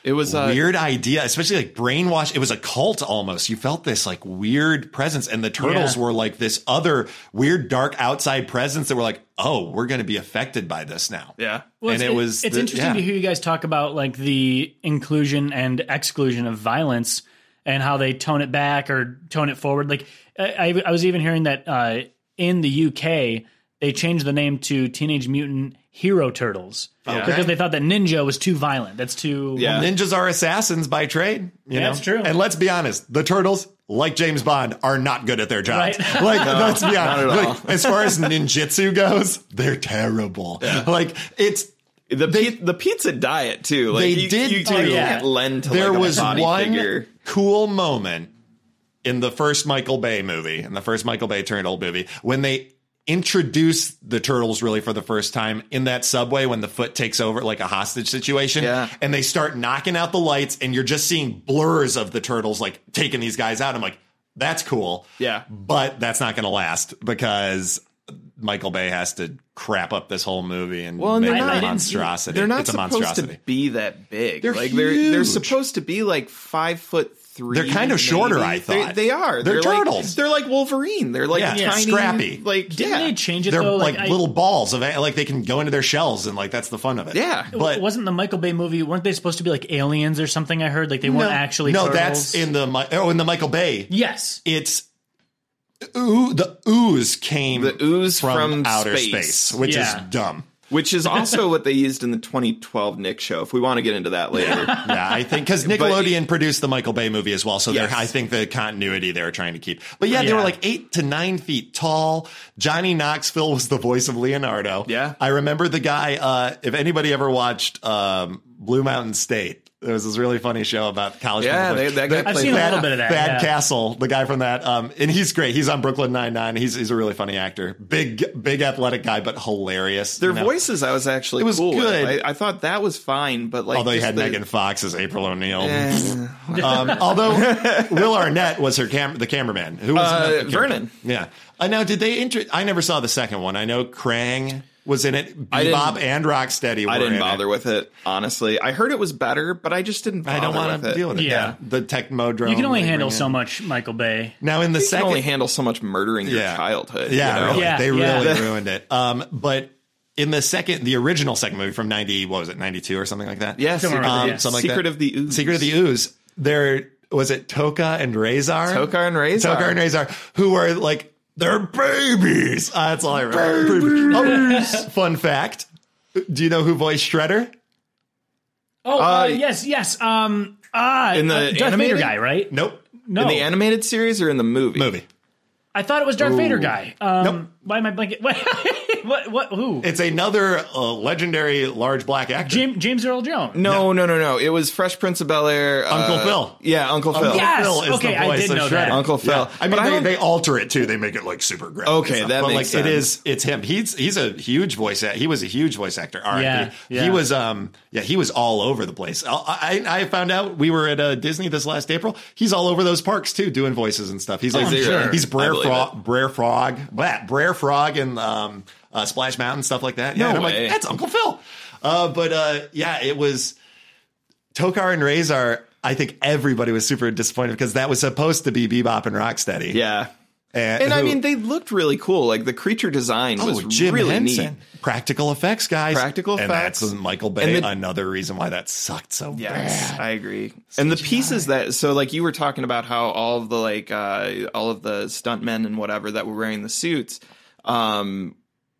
[SPEAKER 3] It was uh,
[SPEAKER 1] weird idea, especially like brainwash. It was a cult almost. You felt this like weird presence, and the turtles
[SPEAKER 2] Yeah.
[SPEAKER 1] were like this other weird, dark outside presence that were like, oh, we're going to be affected by this now.
[SPEAKER 3] Yeah.
[SPEAKER 1] and
[SPEAKER 2] it's-
[SPEAKER 1] it was
[SPEAKER 2] it's
[SPEAKER 1] the-
[SPEAKER 2] interesting
[SPEAKER 1] yeah.
[SPEAKER 2] to hear you guys talk about like the inclusion and exclusion of violence and how they tone it back or tone it forward. Like I, I- I was even hearing that uh, in the UK they changed the name to Teenage Mutant Hero Turtles because they thought that ninja was too violent. That's too
[SPEAKER 3] Yeah.
[SPEAKER 1] Ninjas are assassins by trade. You know?
[SPEAKER 2] That's true.
[SPEAKER 1] And let's be honest, the turtles, like James Bond, are not good at their jobs. Like, let's be honest.
[SPEAKER 3] not at
[SPEAKER 1] Like, as far as ninjutsu goes, they're terrible. Like, it's
[SPEAKER 3] the pi- the pizza diet too. Like
[SPEAKER 1] They
[SPEAKER 3] you,
[SPEAKER 1] did
[SPEAKER 3] you
[SPEAKER 1] do.
[SPEAKER 3] can't lend to
[SPEAKER 1] there
[SPEAKER 3] like, a
[SPEAKER 1] was
[SPEAKER 3] body
[SPEAKER 1] one
[SPEAKER 3] figure.
[SPEAKER 1] cool moment in the first Michael Bay movie, in the first Michael Bay turned old movie, when they introduce the turtles really for the first time in that subway when the foot takes over like a hostage situation
[SPEAKER 3] Yeah.
[SPEAKER 1] and they start knocking out the lights and you're just seeing blurs of the turtles like taking these guys out i'm like that's cool
[SPEAKER 3] Yeah.
[SPEAKER 1] but that's not gonna last because michael bay has to crap up this whole movie and
[SPEAKER 3] Well, and
[SPEAKER 1] make
[SPEAKER 3] they're
[SPEAKER 1] it
[SPEAKER 3] not-
[SPEAKER 1] a monstrosity
[SPEAKER 3] They're not
[SPEAKER 1] it's a
[SPEAKER 3] supposed
[SPEAKER 1] monstrosity
[SPEAKER 3] to be that big.
[SPEAKER 1] They're
[SPEAKER 3] like they're they're
[SPEAKER 1] huge.
[SPEAKER 3] supposed to be like five foot three.
[SPEAKER 1] They're kind of shorter, I
[SPEAKER 3] They-
[SPEAKER 1] thought.
[SPEAKER 3] They, are.
[SPEAKER 1] They're
[SPEAKER 3] like-
[SPEAKER 1] turtles.
[SPEAKER 3] they're like Wolverine. They're like
[SPEAKER 1] Yeah,
[SPEAKER 3] tiny,
[SPEAKER 1] scrappy.
[SPEAKER 3] Like
[SPEAKER 2] Didn't
[SPEAKER 3] yeah.
[SPEAKER 2] they change it
[SPEAKER 1] they're
[SPEAKER 2] though?
[SPEAKER 1] like,
[SPEAKER 2] I-
[SPEAKER 1] little balls of like they can go into their shells and like that's the fun of it
[SPEAKER 3] Yeah.
[SPEAKER 1] but
[SPEAKER 2] wasn't the Michael Bay movie? Weren't they supposed to be like aliens or something? I heard like they weren't actually.
[SPEAKER 1] no
[SPEAKER 2] turtles.
[SPEAKER 1] that's in the Mi- oh in the michael bay
[SPEAKER 2] Yes,
[SPEAKER 1] it's ooh, the ooze came
[SPEAKER 3] The ooze from
[SPEAKER 1] outer
[SPEAKER 3] space.
[SPEAKER 1] space, which
[SPEAKER 2] Yeah.
[SPEAKER 1] is dumb.
[SPEAKER 3] Which is also what they used in the 2012 Nick show. If we want to get into that later,
[SPEAKER 1] Yeah, I think because Nickelodeon produced the Michael Bay movie as well, so
[SPEAKER 3] Yes.
[SPEAKER 1] there I think the continuity they were trying to keep. But yeah, they were
[SPEAKER 2] Yeah.
[SPEAKER 1] like eight to nine feet tall. Johnny Knoxville was the voice of Leonardo.
[SPEAKER 3] Yeah.
[SPEAKER 1] I remember the guy. Uh, if anybody ever watched um, Blue Mountain State, there was this really funny show about college.
[SPEAKER 3] Yeah,
[SPEAKER 1] football players.
[SPEAKER 3] they- that guy
[SPEAKER 1] The-
[SPEAKER 3] played I've seen a
[SPEAKER 1] Thad-
[SPEAKER 2] little bit of that,
[SPEAKER 1] Thad
[SPEAKER 2] yeah.
[SPEAKER 1] Castle, the guy from that, um, and he's great. He's on Brooklyn Nine Nine. He's he's a really funny actor. Big big athletic guy, but hilarious.
[SPEAKER 3] their
[SPEAKER 1] you know?
[SPEAKER 3] voices I was actually
[SPEAKER 1] It was
[SPEAKER 3] cool with.
[SPEAKER 1] good.
[SPEAKER 3] I, I thought that was fine, but like
[SPEAKER 1] Although you
[SPEAKER 3] just
[SPEAKER 1] had
[SPEAKER 3] the-
[SPEAKER 1] Megan Fox as April O'Neil.
[SPEAKER 3] Eh.
[SPEAKER 1] Um, although Will Arnett was her cam- the cameraman. Who was
[SPEAKER 3] Uh,
[SPEAKER 1] the camera-
[SPEAKER 3] Vernon.
[SPEAKER 1] Yeah. Uh, now, did they? Inter- I never saw the second one. I know Krang was in it.
[SPEAKER 3] I didn't-
[SPEAKER 1] Bob and Rocksteady. Were
[SPEAKER 3] I didn't
[SPEAKER 1] in
[SPEAKER 3] bother
[SPEAKER 1] It.
[SPEAKER 3] with it, honestly. I heard it was better, but I just didn't. Bother
[SPEAKER 1] I don't
[SPEAKER 3] want to
[SPEAKER 1] deal with it.
[SPEAKER 2] Yeah.
[SPEAKER 1] The Technodrome.
[SPEAKER 2] you can only
[SPEAKER 1] they
[SPEAKER 2] handle
[SPEAKER 1] bring
[SPEAKER 2] so
[SPEAKER 1] in.
[SPEAKER 2] much Michael Bay.
[SPEAKER 1] Now in the
[SPEAKER 3] You can
[SPEAKER 1] second,
[SPEAKER 3] only handle so much murdering your
[SPEAKER 1] Yeah.
[SPEAKER 3] childhood.
[SPEAKER 1] Yeah,
[SPEAKER 3] you know?
[SPEAKER 1] really.
[SPEAKER 2] Yeah,
[SPEAKER 1] they
[SPEAKER 2] yeah.
[SPEAKER 1] really ruined it. Um, but in the second, the original second movie from ninety, what was it, ninety two or something like that?
[SPEAKER 3] Yeah, Secret,
[SPEAKER 2] around
[SPEAKER 1] um,
[SPEAKER 2] there.
[SPEAKER 1] something like
[SPEAKER 3] Secret
[SPEAKER 1] that.
[SPEAKER 3] of the Ooze.
[SPEAKER 1] Secret of the Ooze. There was it Toka and Razor.
[SPEAKER 3] Tokar and Razor.
[SPEAKER 1] Tokar and Razor, who were like they're babies. Uh, that's all I remember. Babies. Oh, fun fact: Do you know who voiced Shredder?
[SPEAKER 2] Oh uh,
[SPEAKER 3] Uh,
[SPEAKER 2] yes, yes. Um, ah,
[SPEAKER 3] In the
[SPEAKER 2] uh, Darth Vader
[SPEAKER 3] animated?
[SPEAKER 2] guy, right?
[SPEAKER 1] Nope.
[SPEAKER 2] No,
[SPEAKER 3] In the animated series or in the movie?
[SPEAKER 1] Movie.
[SPEAKER 2] I thought it was Darth Vader
[SPEAKER 3] Ooh.
[SPEAKER 2] guy. Um,
[SPEAKER 1] Nope.
[SPEAKER 2] Why am I blanket? What? what? What? Who?
[SPEAKER 1] It's another uh, legendary large black actor.
[SPEAKER 2] James, James Earl Jones.
[SPEAKER 3] No, no, no, no. It was Fresh Prince of Bel Air. uh,
[SPEAKER 1] Uncle Phil.
[SPEAKER 3] Yeah, Uncle Phil.
[SPEAKER 2] Yes. okay, I did know that.
[SPEAKER 3] Uncle Phil.
[SPEAKER 1] Yeah. I mean,
[SPEAKER 3] But I
[SPEAKER 1] they,
[SPEAKER 3] don't-
[SPEAKER 1] they alter it too. They make it like super graphic.
[SPEAKER 3] Okay,
[SPEAKER 1] and stuff.
[SPEAKER 3] that
[SPEAKER 1] but
[SPEAKER 3] makes
[SPEAKER 1] like it
[SPEAKER 3] sense.
[SPEAKER 1] is. It's him. He's he's a huge voice. act- He was a huge voice actor. R.I.P.
[SPEAKER 2] Yeah, yeah.
[SPEAKER 1] He was um yeah he was all over the place. I I, I found out we were at uh, Disney this last April. He's all over those parks too, doing voices and stuff. He's like
[SPEAKER 2] I'm sure.
[SPEAKER 1] he's
[SPEAKER 3] Oh, I
[SPEAKER 1] Brer
[SPEAKER 3] believe
[SPEAKER 1] Frog, Brer Frog, blah, Brer Frog, and um uh, Splash Mountain stuff like that. Yeah,
[SPEAKER 3] No
[SPEAKER 1] and I'm
[SPEAKER 3] way.
[SPEAKER 1] like that's Uncle Phil. Uh, but uh yeah, it was. Tokar and Razor, I think everybody was super disappointed because that was supposed to be Bebop and Rocksteady.
[SPEAKER 3] Yeah.
[SPEAKER 1] And,
[SPEAKER 3] And I
[SPEAKER 1] who-
[SPEAKER 3] mean, they looked really cool. Like the creature design
[SPEAKER 1] oh,
[SPEAKER 3] was
[SPEAKER 1] Jim
[SPEAKER 3] really
[SPEAKER 1] Henson,
[SPEAKER 3] neat.
[SPEAKER 1] practical effects guys,
[SPEAKER 3] Practical
[SPEAKER 1] and
[SPEAKER 3] effects.
[SPEAKER 1] That's Michael Bay.
[SPEAKER 3] And the-
[SPEAKER 1] another reason why that sucked so
[SPEAKER 3] Yes,
[SPEAKER 1] bad.
[SPEAKER 3] I agree. And the pieces that so like you were talking about how all of the like uh all of the stuntmen and whatever that were wearing the suits, um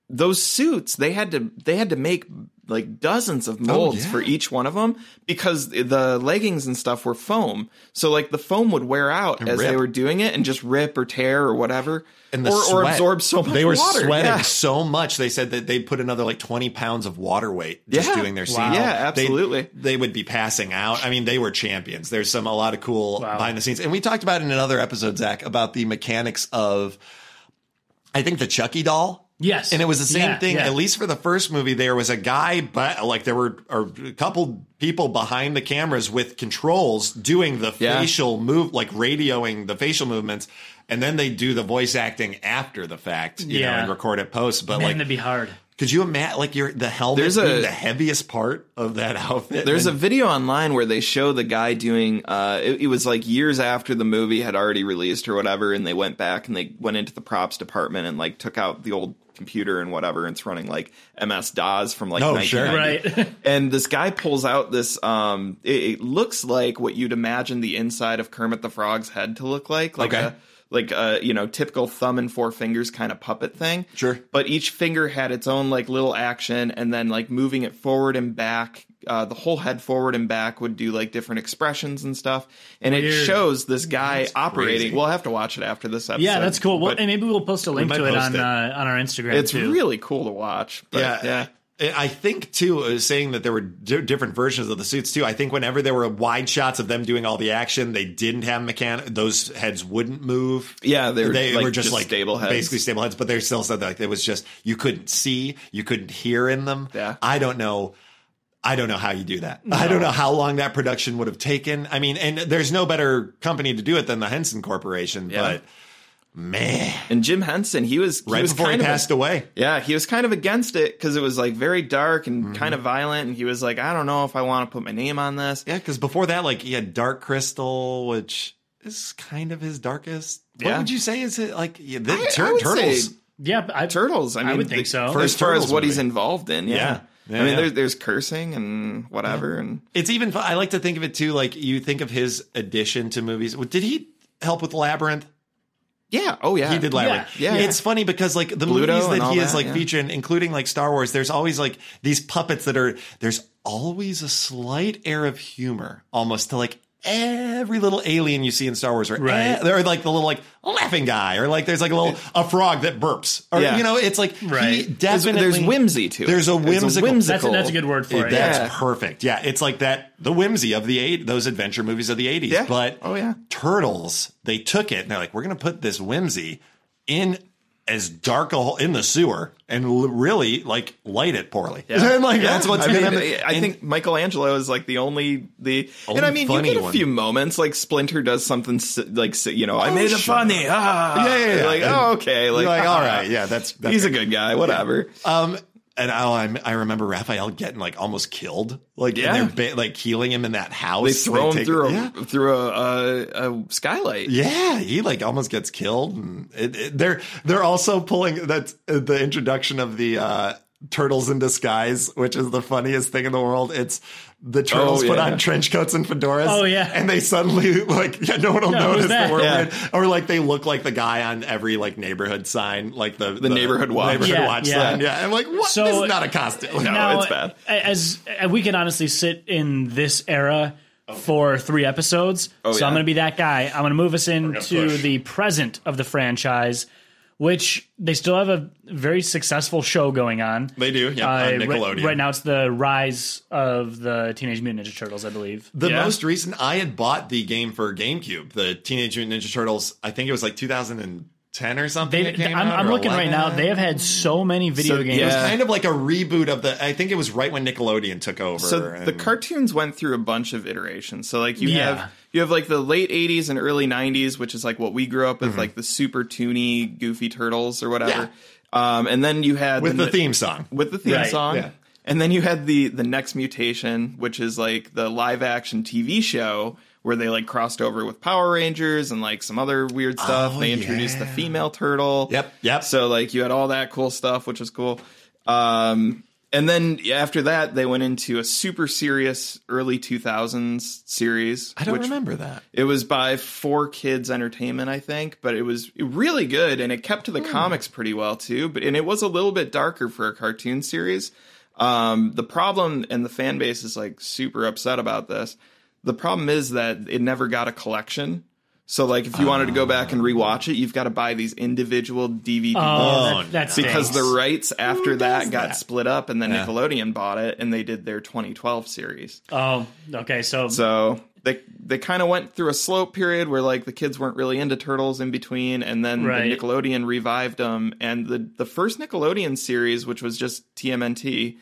[SPEAKER 3] those suits they had to they had to make like dozens of molds
[SPEAKER 1] Oh, yeah.
[SPEAKER 3] for each one of them because the leggings and stuff were foam. So like the foam would wear out as they
[SPEAKER 1] rip.
[SPEAKER 3] were doing it and just rip or tear or whatever
[SPEAKER 1] And the
[SPEAKER 3] or, or
[SPEAKER 1] sweat.
[SPEAKER 3] absorb so much
[SPEAKER 1] They were
[SPEAKER 3] water.
[SPEAKER 1] sweating
[SPEAKER 3] Yeah.
[SPEAKER 1] so much. They said that they put another like twenty pounds of water weight just
[SPEAKER 3] Yeah.
[SPEAKER 1] doing their scene.
[SPEAKER 2] Wow.
[SPEAKER 3] Yeah,
[SPEAKER 1] They-
[SPEAKER 3] absolutely.
[SPEAKER 1] They, would be passing out. I mean, they were champions. There's some a lot of cool
[SPEAKER 2] Wow.
[SPEAKER 1] behind the scenes, and we talked about in another episode, Zach, about the mechanics of. I think the Chucky doll
[SPEAKER 2] Yes.
[SPEAKER 1] And it was the same
[SPEAKER 2] Yeah,
[SPEAKER 1] thing,
[SPEAKER 2] yeah.
[SPEAKER 1] at least for the first movie. There was a guy, but like there were or a couple people behind the cameras with controls doing the
[SPEAKER 3] Yeah.
[SPEAKER 1] facial move, like radioing the facial movements. And then they do the voice acting after the fact, you know,
[SPEAKER 2] Yeah.
[SPEAKER 1] and record it post. But
[SPEAKER 2] Man,
[SPEAKER 1] like,
[SPEAKER 2] that'd be hard.
[SPEAKER 1] could you imagine, like, your the helmet
[SPEAKER 3] There's a-
[SPEAKER 1] being the heaviest part of that outfit?
[SPEAKER 3] There's a
[SPEAKER 1] and,
[SPEAKER 3] video online where they show the guy doing. Uh, it, it was like years after the movie had already released or whatever, and they went back and they went into the props department and like took out the old computer and whatever. And it's running like MS DOS from like
[SPEAKER 1] Oh, sure.
[SPEAKER 3] 1990.
[SPEAKER 2] Right.
[SPEAKER 3] And this guy pulls out this. Um, it, it looks like what you'd imagine the inside of Kermit the Frog's head to look like, like
[SPEAKER 1] Okay.
[SPEAKER 3] a like a you know typical thumb and four fingers kind of puppet thing.
[SPEAKER 1] Sure.
[SPEAKER 3] But each finger had its own like little action, and then like moving it forward and back. Uh, the whole head forward and back would do like different expressions and stuff, and it
[SPEAKER 2] Weird.
[SPEAKER 3] shows this guy operating.
[SPEAKER 1] crazy.
[SPEAKER 3] We'll have to watch it after this episode.
[SPEAKER 2] Yeah, that's cool. Well,
[SPEAKER 3] but
[SPEAKER 2] and maybe we'll post a link
[SPEAKER 1] might
[SPEAKER 2] to it
[SPEAKER 1] post
[SPEAKER 2] on
[SPEAKER 1] it.
[SPEAKER 2] Uh, on our Instagram.
[SPEAKER 3] it's
[SPEAKER 2] too.
[SPEAKER 3] really cool to watch. But, yeah,
[SPEAKER 1] yeah, I think too, uh, saying that there were di- different versions of the suits too. I think whenever there were wide shots of them doing all the action, they didn't have mechanic; those heads wouldn't move.
[SPEAKER 3] Yeah, they were, like,
[SPEAKER 1] just,
[SPEAKER 3] just
[SPEAKER 1] like
[SPEAKER 3] stable heads.
[SPEAKER 1] basically stable heads. But they still said that like, it was just you couldn't see, you couldn't hear in them.
[SPEAKER 3] Yeah.
[SPEAKER 1] I don't know. I don't know how you do that. I don't know how long that production would have taken. I mean, and there's no better company to do it than the Henson Corporation.
[SPEAKER 3] Yeah.
[SPEAKER 1] But man,
[SPEAKER 3] And Jim Henson, he was he
[SPEAKER 1] right
[SPEAKER 3] was
[SPEAKER 1] before he
[SPEAKER 3] kind of a-
[SPEAKER 1] passed away.
[SPEAKER 3] Yeah, he was kind of against it because it was like very dark
[SPEAKER 1] Mm-hmm.
[SPEAKER 3] and kind of violent, and he was like, I don't know if I want to put my name on this.
[SPEAKER 1] Yeah, because before that, like he had Dark Crystal, which is kind of his darkest. What
[SPEAKER 3] Yeah.
[SPEAKER 1] would you say is it like yeah, the,
[SPEAKER 3] I- I
[SPEAKER 1] Tur-
[SPEAKER 3] would
[SPEAKER 1] Turtles?
[SPEAKER 3] say
[SPEAKER 2] Yeah, but I,
[SPEAKER 3] Turtles. I mean,
[SPEAKER 2] would think so.
[SPEAKER 1] First
[SPEAKER 3] as far
[SPEAKER 1] Turtles
[SPEAKER 3] as what
[SPEAKER 1] movie.
[SPEAKER 3] he's involved in. Yeah,
[SPEAKER 1] Yeah. Yeah,
[SPEAKER 3] I mean,
[SPEAKER 1] yeah.
[SPEAKER 3] there's there's cursing and whatever, and
[SPEAKER 1] It's even. fu- I like to think of it too. Like you think of his addition to movies. Well, Did he help with Labyrinth?
[SPEAKER 3] yeah, oh yeah,
[SPEAKER 1] He did Labyrinth.
[SPEAKER 3] Yeah, yeah.
[SPEAKER 1] It's funny because like the
[SPEAKER 3] Pluto
[SPEAKER 1] movies
[SPEAKER 3] and
[SPEAKER 1] that
[SPEAKER 3] all
[SPEAKER 1] he is
[SPEAKER 3] that,
[SPEAKER 1] like
[SPEAKER 3] yeah.
[SPEAKER 1] featuring, including like Star Wars, there's always like these puppets that are. There's always a slight air of humor, almost to like. Every little alien you see in Star Wars, or
[SPEAKER 2] Right.
[SPEAKER 1] eh, they're like the little like laughing guy, or like there's like a little a frog that burps, or
[SPEAKER 3] Yeah.
[SPEAKER 1] you know, it's like he
[SPEAKER 2] Right.
[SPEAKER 3] There's-
[SPEAKER 1] definitely
[SPEAKER 3] There's whimsy to it.
[SPEAKER 1] There's a whimsical-
[SPEAKER 2] that's, a, that's a good word for it.
[SPEAKER 1] that's
[SPEAKER 3] Yeah.
[SPEAKER 1] perfect. Yeah, it's like that the whimsy of the eight those adventure movies of the eighties.
[SPEAKER 3] Yeah.
[SPEAKER 1] But
[SPEAKER 3] Oh, yeah.
[SPEAKER 1] Turtles, they took it and they're like, we're gonna put this whimsy in as dark a hole in the sewer and l- really like light it poorly. And, like
[SPEAKER 3] Yeah,
[SPEAKER 1] that's what's
[SPEAKER 3] I, mean,
[SPEAKER 1] gonna-
[SPEAKER 3] I
[SPEAKER 1] and-
[SPEAKER 3] think Michelangelo is like the only the and
[SPEAKER 1] Only
[SPEAKER 3] I mean you
[SPEAKER 1] funny
[SPEAKER 3] get a
[SPEAKER 1] one.
[SPEAKER 3] few moments like Splinter does something si- like si- you know I made it
[SPEAKER 1] sure.
[SPEAKER 3] funny ah
[SPEAKER 1] Oh, Yeah, yeah, yeah.
[SPEAKER 3] like
[SPEAKER 1] And
[SPEAKER 3] oh okay
[SPEAKER 1] you're
[SPEAKER 3] like,
[SPEAKER 1] like, all
[SPEAKER 3] ah.
[SPEAKER 1] right, yeah, that's, that's
[SPEAKER 3] he's a good guy whatever
[SPEAKER 1] Um, and I, I'm- I remember Raphael getting like almost killed, like
[SPEAKER 3] Yeah.
[SPEAKER 1] and they're ba- like healing him in that house.
[SPEAKER 3] they throw him
[SPEAKER 1] take-
[SPEAKER 3] through a
[SPEAKER 1] yeah.
[SPEAKER 3] through a, a, a skylight
[SPEAKER 1] Yeah, he like almost gets killed, and it, it- they're they're also pulling that's uh, the introduction of the uh, turtles in disguise, which is the funniest thing in the world. It's the turtles
[SPEAKER 3] Oh,
[SPEAKER 1] put
[SPEAKER 3] yeah.
[SPEAKER 1] on trench coats and fedoras.
[SPEAKER 2] Oh, yeah.
[SPEAKER 1] and they suddenly like yeah, no one will
[SPEAKER 2] No,
[SPEAKER 1] notice
[SPEAKER 2] who's
[SPEAKER 1] that
[SPEAKER 2] that?
[SPEAKER 1] we're
[SPEAKER 3] Yeah.
[SPEAKER 1] weird. or like they look like the guy on every like neighborhood sign, like the the,
[SPEAKER 3] neighborhood watch.
[SPEAKER 1] neighborhood
[SPEAKER 2] Yeah,
[SPEAKER 1] watch
[SPEAKER 2] yeah.
[SPEAKER 1] sign. Yeah, I'm like, what?
[SPEAKER 2] So-
[SPEAKER 1] this is not a costume.
[SPEAKER 3] No, it's bad.
[SPEAKER 2] a- As, a- we can honestly sit in this era for three episodes,
[SPEAKER 1] Oh,
[SPEAKER 2] so I'm
[SPEAKER 3] yeah.
[SPEAKER 2] going to be that guy. I'm going to move us into
[SPEAKER 1] push.
[SPEAKER 2] the present of the franchise, which they still have a very successful show going on.
[SPEAKER 1] They do, yeah,
[SPEAKER 2] Uh,
[SPEAKER 1] on
[SPEAKER 2] right-
[SPEAKER 1] Nickelodeon.
[SPEAKER 2] Right, now, it's the rise of the Teenage Mutant Ninja Turtles, I believe.
[SPEAKER 1] The
[SPEAKER 3] Yeah.
[SPEAKER 1] most recent I had bought the game for GameCube, the Teenage Mutant Ninja Turtles. I think it was like 2010 or something.
[SPEAKER 2] They,
[SPEAKER 1] it came
[SPEAKER 2] I'm,
[SPEAKER 1] out,
[SPEAKER 2] I'm
[SPEAKER 1] or
[SPEAKER 2] looking right
[SPEAKER 1] 11.
[SPEAKER 2] now. They have had so many video
[SPEAKER 3] So,
[SPEAKER 2] games.
[SPEAKER 1] It was
[SPEAKER 3] Yeah.
[SPEAKER 1] kind of like a reboot of the. I think it was right when Nickelodeon took over.
[SPEAKER 3] so the
[SPEAKER 1] and-
[SPEAKER 3] cartoons went through a bunch of iterations so like you
[SPEAKER 2] Yeah.
[SPEAKER 3] have you have like the late 80s and early 90s which is like what we grew up
[SPEAKER 1] Mm-hmm.
[SPEAKER 3] with like the super toony goofy turtles or whatever um, and then you had
[SPEAKER 1] with the
[SPEAKER 3] n-
[SPEAKER 1] theme song.
[SPEAKER 3] with the theme
[SPEAKER 2] Right,
[SPEAKER 3] song
[SPEAKER 1] yeah.
[SPEAKER 3] and then you had the the next mutation which is like the live action tv show where they like crossed over with power rangers and like some other weird stuff
[SPEAKER 1] Oh,
[SPEAKER 3] they introduced the
[SPEAKER 1] yeah.
[SPEAKER 3] female turtle
[SPEAKER 1] Yep, yep.
[SPEAKER 3] so like you had all that cool stuff which was cool um and then after that they went into a super serious early 2000s series
[SPEAKER 1] I don't
[SPEAKER 3] which
[SPEAKER 1] remember that.
[SPEAKER 3] it was by Four Kids Entertainment, I think, but it was really good and it kept to
[SPEAKER 1] Hmm.
[SPEAKER 3] the comics pretty well too. But and it was a little bit darker for a cartoon series. Um, the problem and the fan base is like super upset about this. The problem is that it never got a collection. So like if you wanted to go back and rewatch it, you've got to buy these individual DVDs
[SPEAKER 2] Oh,
[SPEAKER 1] Ah. Oh,
[SPEAKER 2] that, that
[SPEAKER 3] because the
[SPEAKER 2] stinks.
[SPEAKER 3] rights after that got
[SPEAKER 1] that?
[SPEAKER 3] split up and then
[SPEAKER 1] Yeah.
[SPEAKER 3] Nickelodeon bought it and they did their 2012 series.
[SPEAKER 2] Oh, okay. So,
[SPEAKER 3] So they they kind of went through a slope period where like the kids weren't really into turtles in between, and then
[SPEAKER 2] Right.
[SPEAKER 3] the Nickelodeon revived them. And the the first Nickelodeon series, which was just TMNT,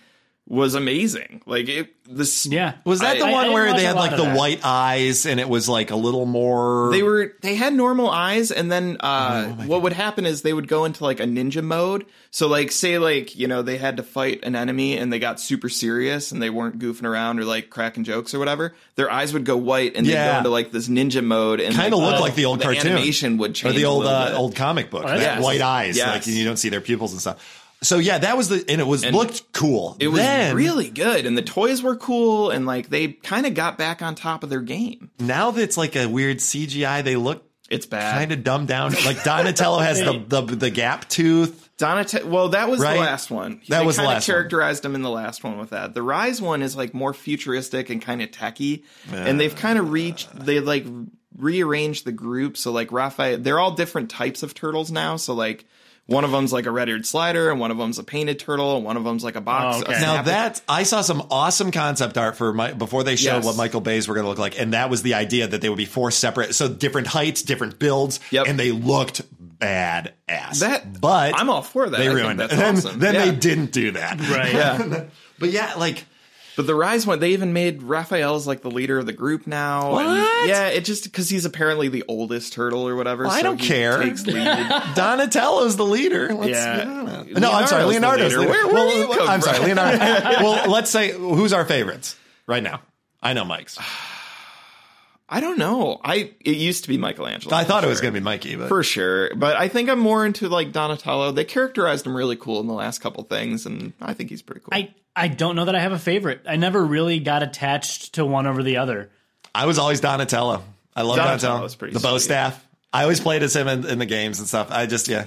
[SPEAKER 3] was amazing. Like it this
[SPEAKER 2] yeah.
[SPEAKER 1] Was that
[SPEAKER 3] I-
[SPEAKER 1] the
[SPEAKER 3] I- I
[SPEAKER 1] one
[SPEAKER 2] didn't
[SPEAKER 1] where
[SPEAKER 2] watch
[SPEAKER 1] they
[SPEAKER 2] a
[SPEAKER 1] had
[SPEAKER 2] lot
[SPEAKER 1] like
[SPEAKER 2] of
[SPEAKER 1] the
[SPEAKER 2] that.
[SPEAKER 1] white eyes and it was like a little more?
[SPEAKER 3] They were they had normal eyes, and then
[SPEAKER 2] Oh
[SPEAKER 3] uh, what would happen is they would go into like a ninja mode. So like say like you know they had to fight an enemy and they got super serious and they weren't goofing around or like cracking jokes or whatever. Their eyes would go white and they'd
[SPEAKER 1] Yeah.
[SPEAKER 3] go into like this ninja mode and
[SPEAKER 1] kind of
[SPEAKER 3] like,
[SPEAKER 1] looked
[SPEAKER 3] uh,
[SPEAKER 1] like the old
[SPEAKER 3] the
[SPEAKER 1] cartoon.
[SPEAKER 3] animation would change
[SPEAKER 1] or the
[SPEAKER 3] a
[SPEAKER 1] old
[SPEAKER 3] little
[SPEAKER 1] uh,
[SPEAKER 3] bit.
[SPEAKER 1] old comic book.
[SPEAKER 2] that's
[SPEAKER 1] that
[SPEAKER 2] cool.
[SPEAKER 1] White eyes, like
[SPEAKER 3] Yes.
[SPEAKER 1] you don't see their pupils and stuff. So yeah, that was the and it was looked cool.
[SPEAKER 3] It was
[SPEAKER 1] then,
[SPEAKER 3] really good, and the toys were cool, and like they kind of got back on top of their game.
[SPEAKER 1] now that it's like a weird CGI, they look
[SPEAKER 3] It's bad.
[SPEAKER 1] kind of dumbed down. Like Donatello has the, the the gap tooth.
[SPEAKER 3] Donatello. Well, that was
[SPEAKER 1] Right?
[SPEAKER 3] the last one.
[SPEAKER 1] That
[SPEAKER 3] they
[SPEAKER 1] was the
[SPEAKER 3] kinda
[SPEAKER 1] last one.
[SPEAKER 3] characterized him in the last one with that. The Rise one is like more futuristic and kind of techy, and they've kind of reached. They like rearranged the group so like Raphael. They're all different types of turtles now. So like One of them's like a red-eared slider, and one of them's a painted turtle, and one of them's like a box.
[SPEAKER 2] Oh,
[SPEAKER 3] a
[SPEAKER 2] okay.
[SPEAKER 1] Now
[SPEAKER 3] snapper-
[SPEAKER 1] that's I saw some awesome concept art for my before they showed
[SPEAKER 3] Yes.
[SPEAKER 1] what Michael Bay's were going to look like, and that was the idea that they would be four separate, so different heights, different builds,
[SPEAKER 3] Yep.
[SPEAKER 1] and they looked badass.
[SPEAKER 3] That-
[SPEAKER 1] but
[SPEAKER 3] I'm all for that. I
[SPEAKER 1] They
[SPEAKER 3] think
[SPEAKER 1] ruined it.
[SPEAKER 3] that's
[SPEAKER 1] And then
[SPEAKER 3] awesome.
[SPEAKER 1] then
[SPEAKER 3] Yeah.
[SPEAKER 1] they didn't do that.
[SPEAKER 2] Right.
[SPEAKER 3] Yeah.
[SPEAKER 1] but yeah, like
[SPEAKER 3] But the Rise one, they even made Raphael's like the leader of the group now. and-
[SPEAKER 1] What?
[SPEAKER 3] yeah, it just because he's apparently the oldest turtle or whatever.
[SPEAKER 1] I
[SPEAKER 3] so
[SPEAKER 1] don't
[SPEAKER 3] he
[SPEAKER 1] care.
[SPEAKER 3] Takes lead.
[SPEAKER 1] Donatello's the leader. Let's,
[SPEAKER 3] Yeah.
[SPEAKER 1] No, I'm sorry, Leonardo's
[SPEAKER 3] Leonardo's
[SPEAKER 1] the
[SPEAKER 3] the
[SPEAKER 1] leader.
[SPEAKER 3] leader. Where- where do you
[SPEAKER 1] well,
[SPEAKER 3] come
[SPEAKER 1] I'm sorry,
[SPEAKER 3] from?
[SPEAKER 1] Leonardo. well, let's say who's our favorites right now. I know Mike's.
[SPEAKER 3] I don't know. I it used to be Michelangelo.
[SPEAKER 1] I thought
[SPEAKER 3] for
[SPEAKER 1] it was
[SPEAKER 3] sure.
[SPEAKER 1] going to be Mikey, but
[SPEAKER 3] for sure. But I think I'm more into like Donatello. They characterized him really cool in the last couple things, and I think he's pretty cool.
[SPEAKER 2] I I don't know that I have a favorite. I never really got attached to one over the other.
[SPEAKER 1] I was always Donatello. I love Donatello.
[SPEAKER 3] Donatello's pretty
[SPEAKER 1] the bow
[SPEAKER 3] sweet.
[SPEAKER 1] staff. I always played as him in, in the games and stuff. I just yeah,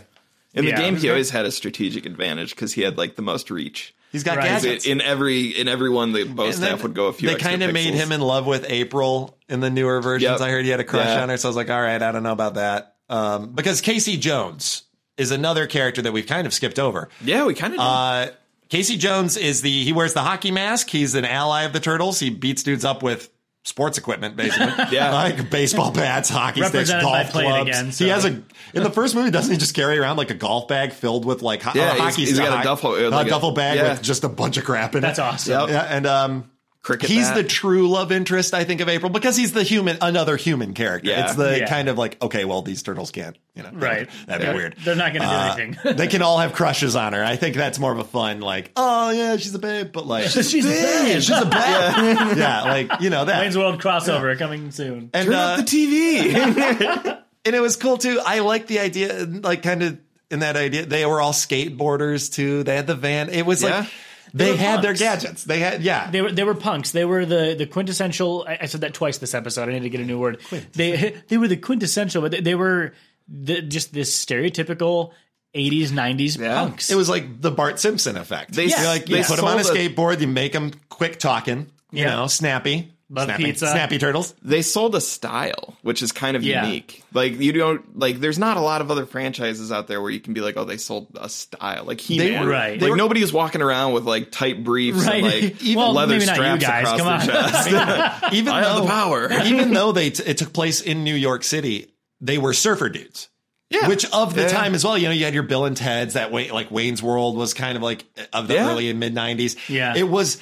[SPEAKER 3] in the
[SPEAKER 2] yeah.
[SPEAKER 3] game, he always had a strategic advantage because he had like the most reach.
[SPEAKER 1] he's got
[SPEAKER 2] Right.
[SPEAKER 1] gadgets.
[SPEAKER 3] in every in every one, the bow
[SPEAKER 1] And then
[SPEAKER 3] staff would go a few.
[SPEAKER 1] They
[SPEAKER 3] extra
[SPEAKER 1] kind of made
[SPEAKER 3] pixels.
[SPEAKER 1] him in love with April in the newer versions.
[SPEAKER 3] Yep.
[SPEAKER 1] I heard he had a crush
[SPEAKER 3] Yeah.
[SPEAKER 1] on her, so I was like, all right, I don't know about that. Um, because Casey Jones is another character that we've kind of skipped over.
[SPEAKER 3] Yeah, we kind of.
[SPEAKER 1] Uh, Casey Jones is the he wears the hockey mask. He's an ally of the Turtles. He beats dudes up with sports equipment, basically.
[SPEAKER 3] Yeah.
[SPEAKER 1] like baseball bats, hockey sticks,
[SPEAKER 2] Represented
[SPEAKER 1] golf
[SPEAKER 2] by playing
[SPEAKER 1] clubs.
[SPEAKER 2] again, so-
[SPEAKER 1] He has a in the first movie. Doesn't he just carry around like a golf bag filled with like ho-
[SPEAKER 3] Yeah,
[SPEAKER 1] or a
[SPEAKER 3] he's-
[SPEAKER 1] hockey?
[SPEAKER 3] he's got a
[SPEAKER 1] hockey-
[SPEAKER 3] duffel- uh,
[SPEAKER 1] a
[SPEAKER 3] like a-
[SPEAKER 1] duffel bag
[SPEAKER 3] yeah.
[SPEAKER 1] with just a bunch of crap in
[SPEAKER 2] That's
[SPEAKER 1] it.
[SPEAKER 2] awesome.
[SPEAKER 3] Yep.
[SPEAKER 1] Yeah, and um,
[SPEAKER 3] Cricket
[SPEAKER 1] He's
[SPEAKER 3] bat.
[SPEAKER 1] the true love interest, I think, of April because he's the human, another human character.
[SPEAKER 3] Yeah.
[SPEAKER 1] It's the
[SPEAKER 2] Yeah.
[SPEAKER 1] kind of like, okay, well, these turtles can't, you know,
[SPEAKER 2] Right.
[SPEAKER 1] That'd be
[SPEAKER 2] They're-
[SPEAKER 1] weird. Uh,
[SPEAKER 2] they're not gonna do anything.
[SPEAKER 1] they can all have crushes on her. I think that's more of a fun, like, oh yeah, she's a babe, but like,
[SPEAKER 2] She's bad.
[SPEAKER 1] she's a babe. yeah, like you know that.
[SPEAKER 2] Wayne's World crossover coming soon.
[SPEAKER 1] and
[SPEAKER 3] Turn
[SPEAKER 1] uh,
[SPEAKER 3] up the TV.
[SPEAKER 1] and it was cool too. I like the idea, like kind of in that idea. They were all skateboarders too. They had the van. It was
[SPEAKER 3] Yeah.
[SPEAKER 1] like they,
[SPEAKER 2] were
[SPEAKER 1] had their
[SPEAKER 2] punks.
[SPEAKER 1] gadgets. They had yeah.
[SPEAKER 2] They were they were punks. They were the the quintessential. I, I said that twice this episode. I need to get a new word. They they were the quintessential, but they, they were the, just this stereotypical '80s '90s
[SPEAKER 3] Yeah.
[SPEAKER 2] punks.
[SPEAKER 1] It was like the Bart Simpson effect.
[SPEAKER 3] They-
[SPEAKER 1] You're like, you
[SPEAKER 3] they
[SPEAKER 1] put them on a
[SPEAKER 3] sold a-
[SPEAKER 1] skateboard, you make them quick talking, you
[SPEAKER 2] Yeah.
[SPEAKER 1] know, snappy.
[SPEAKER 2] Love
[SPEAKER 1] snappy,
[SPEAKER 2] pizza.
[SPEAKER 1] Snappy turtles.
[SPEAKER 3] they sold a style, which is kind of
[SPEAKER 2] Yeah.
[SPEAKER 3] unique. Like you don't like. There's not a lot of other franchises out there where you can be like, oh, they sold a style. Like he,
[SPEAKER 1] were-
[SPEAKER 2] Right. they
[SPEAKER 3] Like
[SPEAKER 1] were-
[SPEAKER 3] nobody was walking around with like tight briefs
[SPEAKER 2] Right.
[SPEAKER 3] and like
[SPEAKER 2] Even- Well,
[SPEAKER 3] leather
[SPEAKER 2] maybe not you
[SPEAKER 3] straps
[SPEAKER 2] guys,
[SPEAKER 3] across
[SPEAKER 2] come
[SPEAKER 3] their
[SPEAKER 2] on.
[SPEAKER 3] chest.
[SPEAKER 1] Even
[SPEAKER 3] I have the
[SPEAKER 1] though
[SPEAKER 3] power.
[SPEAKER 1] even though they t- it took place in New York City, they were surfer dudes.
[SPEAKER 3] Yeah.
[SPEAKER 1] Which of the
[SPEAKER 3] Yeah.
[SPEAKER 1] time as well, you know, you had your Bill and Ted's that way, like Wayne's World was kind of like of the
[SPEAKER 3] Yeah.
[SPEAKER 1] early and mid '90s.
[SPEAKER 2] Yeah.
[SPEAKER 1] it was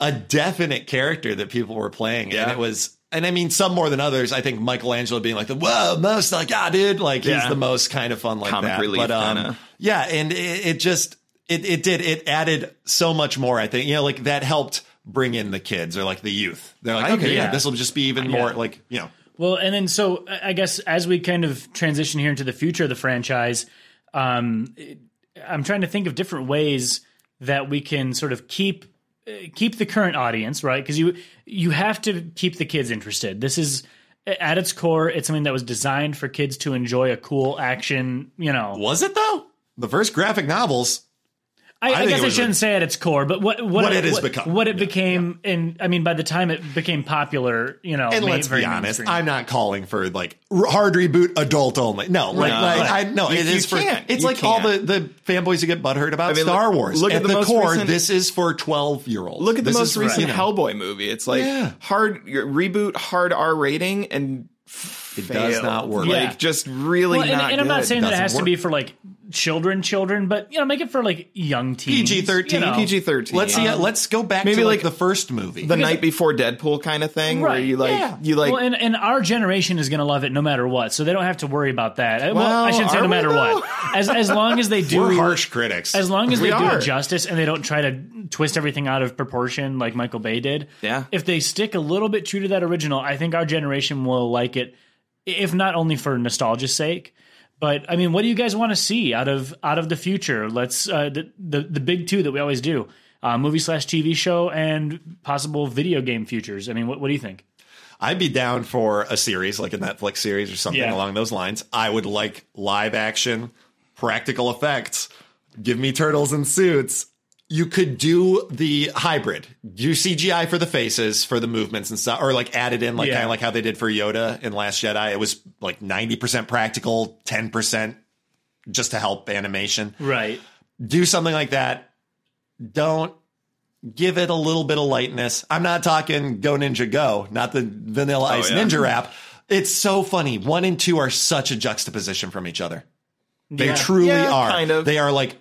[SPEAKER 1] a definite character that people were playing, and
[SPEAKER 3] Yeah.
[SPEAKER 1] it was, and I mean, some more than others. I think Michelangelo being like the whoa, most like ah, dude, like he's
[SPEAKER 3] Yeah.
[SPEAKER 1] the most kind of fun like
[SPEAKER 3] Comic
[SPEAKER 1] that.
[SPEAKER 3] relief
[SPEAKER 1] but um,
[SPEAKER 3] kinda.
[SPEAKER 1] yeah, and it, it just it it did it added so much more. I think you know, like that helped bring in the kids or like the youth. They're like, okay,
[SPEAKER 2] agree.
[SPEAKER 1] yeah,
[SPEAKER 2] Yeah.
[SPEAKER 1] this will just be even more like you know.
[SPEAKER 2] Well, and then so I I guess as we kind of transition here into the future of the franchise, um, it- I'm trying to think of different ways that we can sort of keep uh, keep the current audience right because you you have to keep the kids interested. This is at its core, it's something that was designed for kids to enjoy a cool action. You know,
[SPEAKER 1] Was it though? The first graphic novels
[SPEAKER 2] I,
[SPEAKER 1] I
[SPEAKER 2] I,
[SPEAKER 1] think
[SPEAKER 2] guess
[SPEAKER 1] it
[SPEAKER 2] I
[SPEAKER 1] was
[SPEAKER 2] shouldn't
[SPEAKER 1] a-
[SPEAKER 2] say at its core, but what what,
[SPEAKER 1] What it has
[SPEAKER 2] what,
[SPEAKER 1] become.
[SPEAKER 2] what it became, and I mean, by the time it became popular, you know,
[SPEAKER 1] And
[SPEAKER 2] ma-
[SPEAKER 1] let's
[SPEAKER 2] very
[SPEAKER 1] be honest,
[SPEAKER 2] mainstream.
[SPEAKER 1] I'm not calling for like r- hard reboot adult only. No, like,
[SPEAKER 2] No.
[SPEAKER 1] like I no, it
[SPEAKER 3] you
[SPEAKER 1] is for
[SPEAKER 3] can't.
[SPEAKER 1] it's
[SPEAKER 3] You
[SPEAKER 1] like all
[SPEAKER 3] can't.
[SPEAKER 1] the the fanboys who get butthurt about
[SPEAKER 3] I mean,
[SPEAKER 1] Star
[SPEAKER 3] look-
[SPEAKER 1] Wars.
[SPEAKER 3] look at
[SPEAKER 1] at
[SPEAKER 3] the
[SPEAKER 1] the,
[SPEAKER 3] most
[SPEAKER 1] core,
[SPEAKER 3] recent-
[SPEAKER 1] this is for 12 year olds.
[SPEAKER 3] Look at the
[SPEAKER 1] This
[SPEAKER 3] most
[SPEAKER 1] is for,
[SPEAKER 3] recent
[SPEAKER 1] you know,
[SPEAKER 3] Hellboy movie. It's like
[SPEAKER 1] Yeah.
[SPEAKER 3] hard your reboot, hard R rating, and
[SPEAKER 1] It does not work.
[SPEAKER 3] Like
[SPEAKER 2] Yeah.
[SPEAKER 3] just really
[SPEAKER 2] Well, and,
[SPEAKER 3] not.
[SPEAKER 2] and I'm not
[SPEAKER 3] good.
[SPEAKER 2] saying that it
[SPEAKER 1] Doesn't
[SPEAKER 2] has
[SPEAKER 1] work.
[SPEAKER 2] to be for like children, children, but you know, make it for like young teens.
[SPEAKER 1] PG
[SPEAKER 2] you
[SPEAKER 1] 13,
[SPEAKER 2] know.
[SPEAKER 3] PG thirteen.
[SPEAKER 1] Let's see. let's go back
[SPEAKER 3] maybe
[SPEAKER 1] to like,
[SPEAKER 3] like
[SPEAKER 1] the first movie.
[SPEAKER 3] the night before Deadpool kind of thing, where
[SPEAKER 2] Right,
[SPEAKER 3] you like
[SPEAKER 1] yeah.
[SPEAKER 3] you like
[SPEAKER 2] well, and, and our generation is going to love it no matter what, so they don't have to worry about that. Well,
[SPEAKER 3] Well,
[SPEAKER 2] I shouldn't say
[SPEAKER 3] are
[SPEAKER 2] no
[SPEAKER 3] we,
[SPEAKER 2] matter what.
[SPEAKER 3] though?
[SPEAKER 2] As as long as they do,
[SPEAKER 1] We're harsh critics.
[SPEAKER 2] as long as
[SPEAKER 3] We
[SPEAKER 2] they do
[SPEAKER 3] are.
[SPEAKER 2] it justice and they don't try to twist everything out of proportion like Michael Bay did.
[SPEAKER 3] Yeah.
[SPEAKER 2] If they stick a little bit true to that original, I think our generation will like it, if not only for nostalgia's sake. But I mean, what do you guys want to see out of out of the future? Let's uh, the, the the big two that we always do: uh, movie slash TV show and possible video game futures. I mean, what, what do you think?
[SPEAKER 1] I'd be down for a series, like a Netflix series or something
[SPEAKER 2] Yeah.
[SPEAKER 1] along those lines. I would like live action, practical effects. Give me turtles in suits. You could do the hybrid. Do CGI for the faces, for the movements and stuff, or like added in, like
[SPEAKER 2] Yeah.
[SPEAKER 1] kind of like how they did for Yoda in Last Jedi. It was like 90% practical, 10% just to help animation.
[SPEAKER 2] Right.
[SPEAKER 1] Do something like that. Don't give it a little bit of lightness. I'm not talking Go Ninja Go, not the Vanilla Ice
[SPEAKER 3] Oh, yeah.
[SPEAKER 1] Ninja rap. It's so funny. One and two are such a juxtaposition from each other. They
[SPEAKER 2] Yeah.
[SPEAKER 1] truly
[SPEAKER 3] Yeah,
[SPEAKER 1] are.
[SPEAKER 3] kind of.
[SPEAKER 1] They are like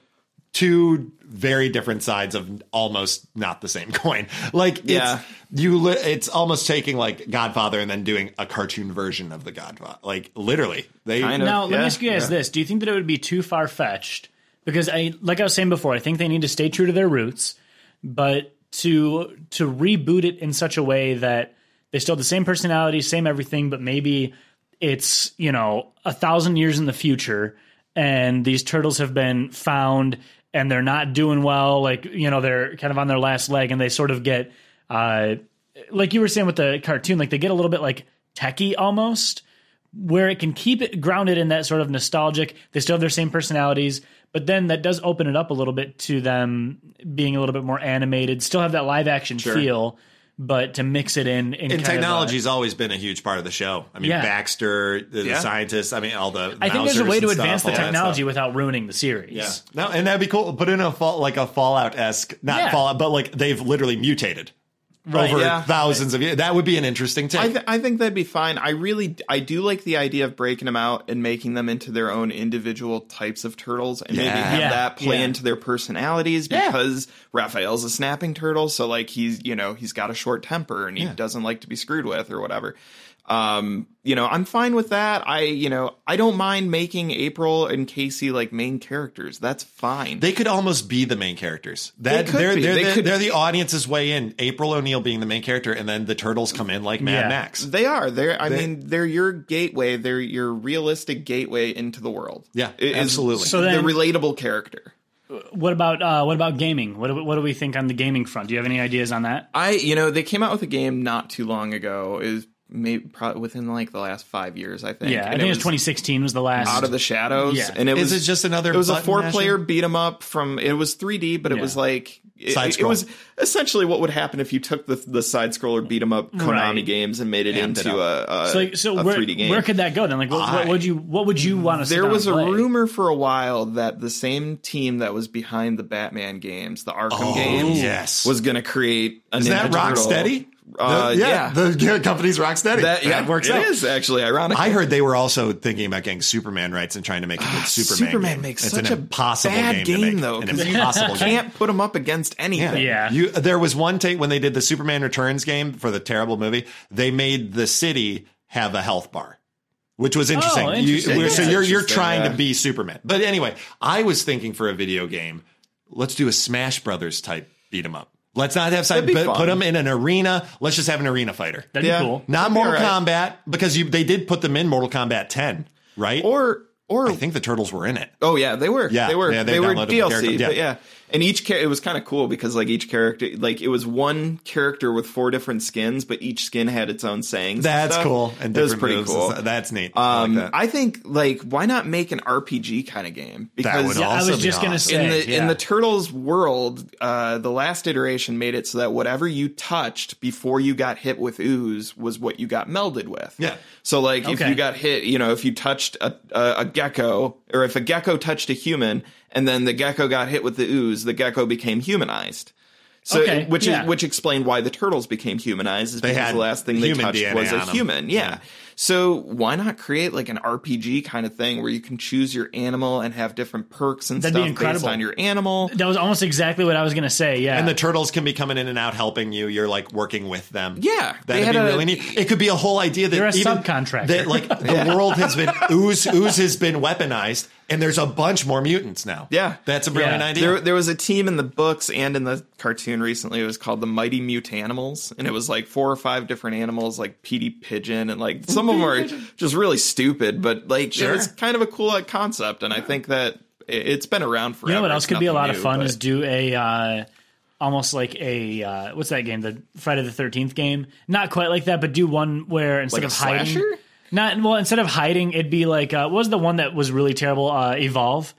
[SPEAKER 1] two very different sides of almost not the same coin. Like it's,
[SPEAKER 3] Yeah.
[SPEAKER 1] you li- it's almost taking like Godfather and then doing a cartoon version of the Godfather. Like literally. They
[SPEAKER 3] Kind of.
[SPEAKER 2] Now, let me
[SPEAKER 3] Yeah,
[SPEAKER 2] ask you guys this: Do you think that it would be too far fetched? Because I, like I was saying before, I think they need to stay true to their roots, but to to reboot it in such a way that they still have the same personality, same everything, but maybe it's you know a thousand years in the future, and these turtles have been found and they're not doing well. Like you know they're kind of on their last leg, and they sort of get. Uh, like you were saying with the cartoon, like they get a little bit like techie almost, where it can keep it grounded in that sort of nostalgic. They still have their same personalities, but then that does open it up a little bit to them being a little bit more animated. Still have that live action feel, but to mix it in
[SPEAKER 1] and
[SPEAKER 2] in kind of a-
[SPEAKER 1] technology's always been a huge part of the show. I mean,
[SPEAKER 2] Yeah.
[SPEAKER 1] Baxter, the, the
[SPEAKER 3] Yeah.
[SPEAKER 1] scientists. I mean, all the.
[SPEAKER 2] I think there's a
[SPEAKER 1] Mausers
[SPEAKER 2] way to
[SPEAKER 1] and stuff,
[SPEAKER 2] advance the
[SPEAKER 1] all that
[SPEAKER 2] technology
[SPEAKER 1] stuff.
[SPEAKER 2] without ruining the series.
[SPEAKER 1] Yeah. No, and that'd be cool. Put in a fall like a Fallout esque, not
[SPEAKER 2] Yeah.
[SPEAKER 1] Fallout, but like they've literally mutated
[SPEAKER 2] Right,
[SPEAKER 1] over
[SPEAKER 3] yeah.
[SPEAKER 1] thousands of years. That would be an interesting take.
[SPEAKER 3] I, th- I think that'd be fine. I really, I do like the idea of breaking them out and making them into their own individual types of turtles, and maybe
[SPEAKER 1] Yeah.
[SPEAKER 3] have
[SPEAKER 2] Yeah,
[SPEAKER 3] that play
[SPEAKER 2] yeah.
[SPEAKER 3] into their personalities.
[SPEAKER 1] Yeah.
[SPEAKER 3] Because Raphael's a snapping turtle, so like he's, you know, he's got a short temper and he doesn't like to be screwed with or whatever. Um, you know, I'm fine with that. I, you know, I don't mind making April and Casey like main characters. That's fine.
[SPEAKER 1] they could almost be the main characters. That
[SPEAKER 3] could
[SPEAKER 1] they are
[SPEAKER 3] be.
[SPEAKER 1] they're
[SPEAKER 3] They
[SPEAKER 1] the,
[SPEAKER 3] could-
[SPEAKER 1] they're the audience's way in. April O'Neil being the main character, and then the turtles come in like Mad
[SPEAKER 2] Yeah.
[SPEAKER 1] Max.
[SPEAKER 3] They are. They're. I mean, they're your gateway. They're your realistic gateway into the world.
[SPEAKER 1] Yeah,
[SPEAKER 3] It is
[SPEAKER 1] absolutely.
[SPEAKER 2] So
[SPEAKER 3] the
[SPEAKER 2] then-
[SPEAKER 3] relatable character.
[SPEAKER 2] What about uh, what about gaming? What do, what do we think on the gaming front? Do you have any ideas on that?
[SPEAKER 3] I. You know, they came out with a game not too long ago. Is maybe probably within like the last five years. I think.
[SPEAKER 2] Yeah, I
[SPEAKER 3] And
[SPEAKER 2] think it was 2016 was the last.
[SPEAKER 3] Out of the shadows.
[SPEAKER 2] Yeah.
[SPEAKER 3] And it
[SPEAKER 1] Is
[SPEAKER 3] was
[SPEAKER 1] it just another
[SPEAKER 3] It was a
[SPEAKER 1] button
[SPEAKER 3] four player beat 'em up from. It was 3D, but it
[SPEAKER 2] Yeah.
[SPEAKER 3] was like. It,
[SPEAKER 1] Side
[SPEAKER 3] it- it
[SPEAKER 1] scroll.
[SPEAKER 3] was essentially what would happen if you took the the side scroller beat 'em up Konami
[SPEAKER 2] Right.
[SPEAKER 3] games and made it
[SPEAKER 1] Amped it
[SPEAKER 3] into a, a
[SPEAKER 2] so, like, so
[SPEAKER 3] a
[SPEAKER 2] where,
[SPEAKER 3] 3D game.
[SPEAKER 2] where could that go then? Like, what, what would you what would you want to?
[SPEAKER 3] There was a
[SPEAKER 2] play?
[SPEAKER 3] rumor for a while that the same team that was behind the Batman games, the Arkham games,
[SPEAKER 1] Oh, yes.
[SPEAKER 3] was going to create a
[SPEAKER 1] Is
[SPEAKER 3] Ninja
[SPEAKER 1] that
[SPEAKER 3] Turtle.
[SPEAKER 1] Rocksteady?
[SPEAKER 3] Uh,
[SPEAKER 1] The-
[SPEAKER 3] yeah,
[SPEAKER 1] the company's Rocksteady.
[SPEAKER 3] that, yeah,
[SPEAKER 1] that works
[SPEAKER 3] It
[SPEAKER 1] out.
[SPEAKER 3] is actually ironic.
[SPEAKER 1] I heard they were also thinking about getting Superman rights and trying to make a good Superman.
[SPEAKER 3] Ah, Superman
[SPEAKER 1] game.
[SPEAKER 3] makes
[SPEAKER 1] it's
[SPEAKER 3] such
[SPEAKER 1] an
[SPEAKER 3] a
[SPEAKER 1] impossible
[SPEAKER 3] bad
[SPEAKER 1] game, to
[SPEAKER 3] game,
[SPEAKER 1] make.
[SPEAKER 3] though,
[SPEAKER 1] An
[SPEAKER 3] 'cause you
[SPEAKER 1] impossible game.
[SPEAKER 3] Can't put them up against anything.
[SPEAKER 2] Yeah.
[SPEAKER 1] You, there was one take when they did the Superman Returns game for the terrible movie. They made the city have a health bar, which was interesting. You-
[SPEAKER 2] interesting.
[SPEAKER 1] we're- so
[SPEAKER 3] Yeah,
[SPEAKER 1] you're you're
[SPEAKER 3] Oh, interesting,
[SPEAKER 1] trying
[SPEAKER 3] yeah.
[SPEAKER 1] to be Superman. But anyway, I was thinking for a video game, let's do a Smash Brothers type beat 'em up. Let's not have side,
[SPEAKER 3] be
[SPEAKER 1] but
[SPEAKER 3] fun.
[SPEAKER 1] put them in an arena. Let's just have an arena fighter.
[SPEAKER 2] That'd
[SPEAKER 3] Yeah.
[SPEAKER 2] be cool.
[SPEAKER 1] Not
[SPEAKER 3] That'd be
[SPEAKER 1] Mortal
[SPEAKER 3] all
[SPEAKER 1] Kombat because you they did put them in Mortal Kombat 10, right?
[SPEAKER 3] Or or
[SPEAKER 1] I think the turtles were in it.
[SPEAKER 3] Oh yeah, they were.
[SPEAKER 1] Yeah,
[SPEAKER 3] they were.
[SPEAKER 1] yeah, they
[SPEAKER 3] they were
[SPEAKER 1] downloaded the
[SPEAKER 3] DLC.
[SPEAKER 1] character, yeah.
[SPEAKER 3] But yeah, and each char- it was kind of cool because like each character, like it was one character with four different skins, but each skin had its own sayings.
[SPEAKER 1] That's
[SPEAKER 3] and stuff.
[SPEAKER 1] cool. And
[SPEAKER 3] it was
[SPEAKER 1] different
[SPEAKER 3] pretty
[SPEAKER 1] moves
[SPEAKER 3] cool.
[SPEAKER 1] stuff. That's neat. I like
[SPEAKER 3] Um, I,
[SPEAKER 1] that.
[SPEAKER 3] think like why not make an RPG kind of game?
[SPEAKER 1] That would
[SPEAKER 3] Because
[SPEAKER 2] Yeah, I
[SPEAKER 1] also
[SPEAKER 2] was
[SPEAKER 1] be
[SPEAKER 2] just gonna
[SPEAKER 1] awesome.
[SPEAKER 2] say-
[SPEAKER 3] in the
[SPEAKER 2] yeah.
[SPEAKER 3] in the Turtles world, uh, the last iteration made it so that whatever you touched before you got hit with ooze was what you got melded with.
[SPEAKER 1] Yeah.
[SPEAKER 3] So like if
[SPEAKER 2] Okay.
[SPEAKER 3] you got hit, you know, if you touched a, a a gecko or if a gecko touched a human and then the gecko got hit with the ooze, the gecko became humanized. So
[SPEAKER 2] Okay,
[SPEAKER 3] it- which
[SPEAKER 2] yeah.
[SPEAKER 3] is which explained why the turtles became humanized is
[SPEAKER 1] They
[SPEAKER 3] because
[SPEAKER 1] had
[SPEAKER 3] the last thing they
[SPEAKER 1] human
[SPEAKER 3] touched
[SPEAKER 1] DNA
[SPEAKER 3] was a
[SPEAKER 1] on 'em.
[SPEAKER 3] human. Yeah. So why not create like an RPG kind of thing where you can choose your animal and have different perks and
[SPEAKER 2] That'd be
[SPEAKER 3] stuff based
[SPEAKER 2] incredible.
[SPEAKER 3] on your animal?
[SPEAKER 2] That was almost exactly what I was gonna say. Yeah,
[SPEAKER 1] And the turtles can be coming in and out helping you. You're like working with them.
[SPEAKER 3] Yeah, they
[SPEAKER 1] That'd
[SPEAKER 3] had
[SPEAKER 1] be
[SPEAKER 3] a-
[SPEAKER 1] really neat. It could be a whole idea that
[SPEAKER 2] You're a
[SPEAKER 1] even
[SPEAKER 2] subcontractor.
[SPEAKER 1] That like the world has been ooze ooze has been weaponized and there's a bunch more mutants now.
[SPEAKER 3] Yeah.
[SPEAKER 1] That's a brilliant
[SPEAKER 2] Yeah.
[SPEAKER 1] idea.
[SPEAKER 3] There, there was a team in the books and in the cartoon recently. It was called the Mighty Mute Animals, and it was like four or five different animals, like Petey Pigeon, and like some of them are just really stupid, but like it was kind of a cool like, concept, and I think that it- it's been around forever.
[SPEAKER 2] you know what else
[SPEAKER 3] It's
[SPEAKER 2] could be a
[SPEAKER 3] nothing
[SPEAKER 2] lot of
[SPEAKER 3] new,
[SPEAKER 2] fun
[SPEAKER 3] but-
[SPEAKER 2] is do a uh, almost like a uh, what's that game? The Friday the Thirteenth game. Not quite like that, but do one where instead
[SPEAKER 3] Like a
[SPEAKER 2] of hiding,
[SPEAKER 3] slasher?
[SPEAKER 2] not well instead of hiding, it'd be like uh, what was the one that was really terrible? Uh, Evolve.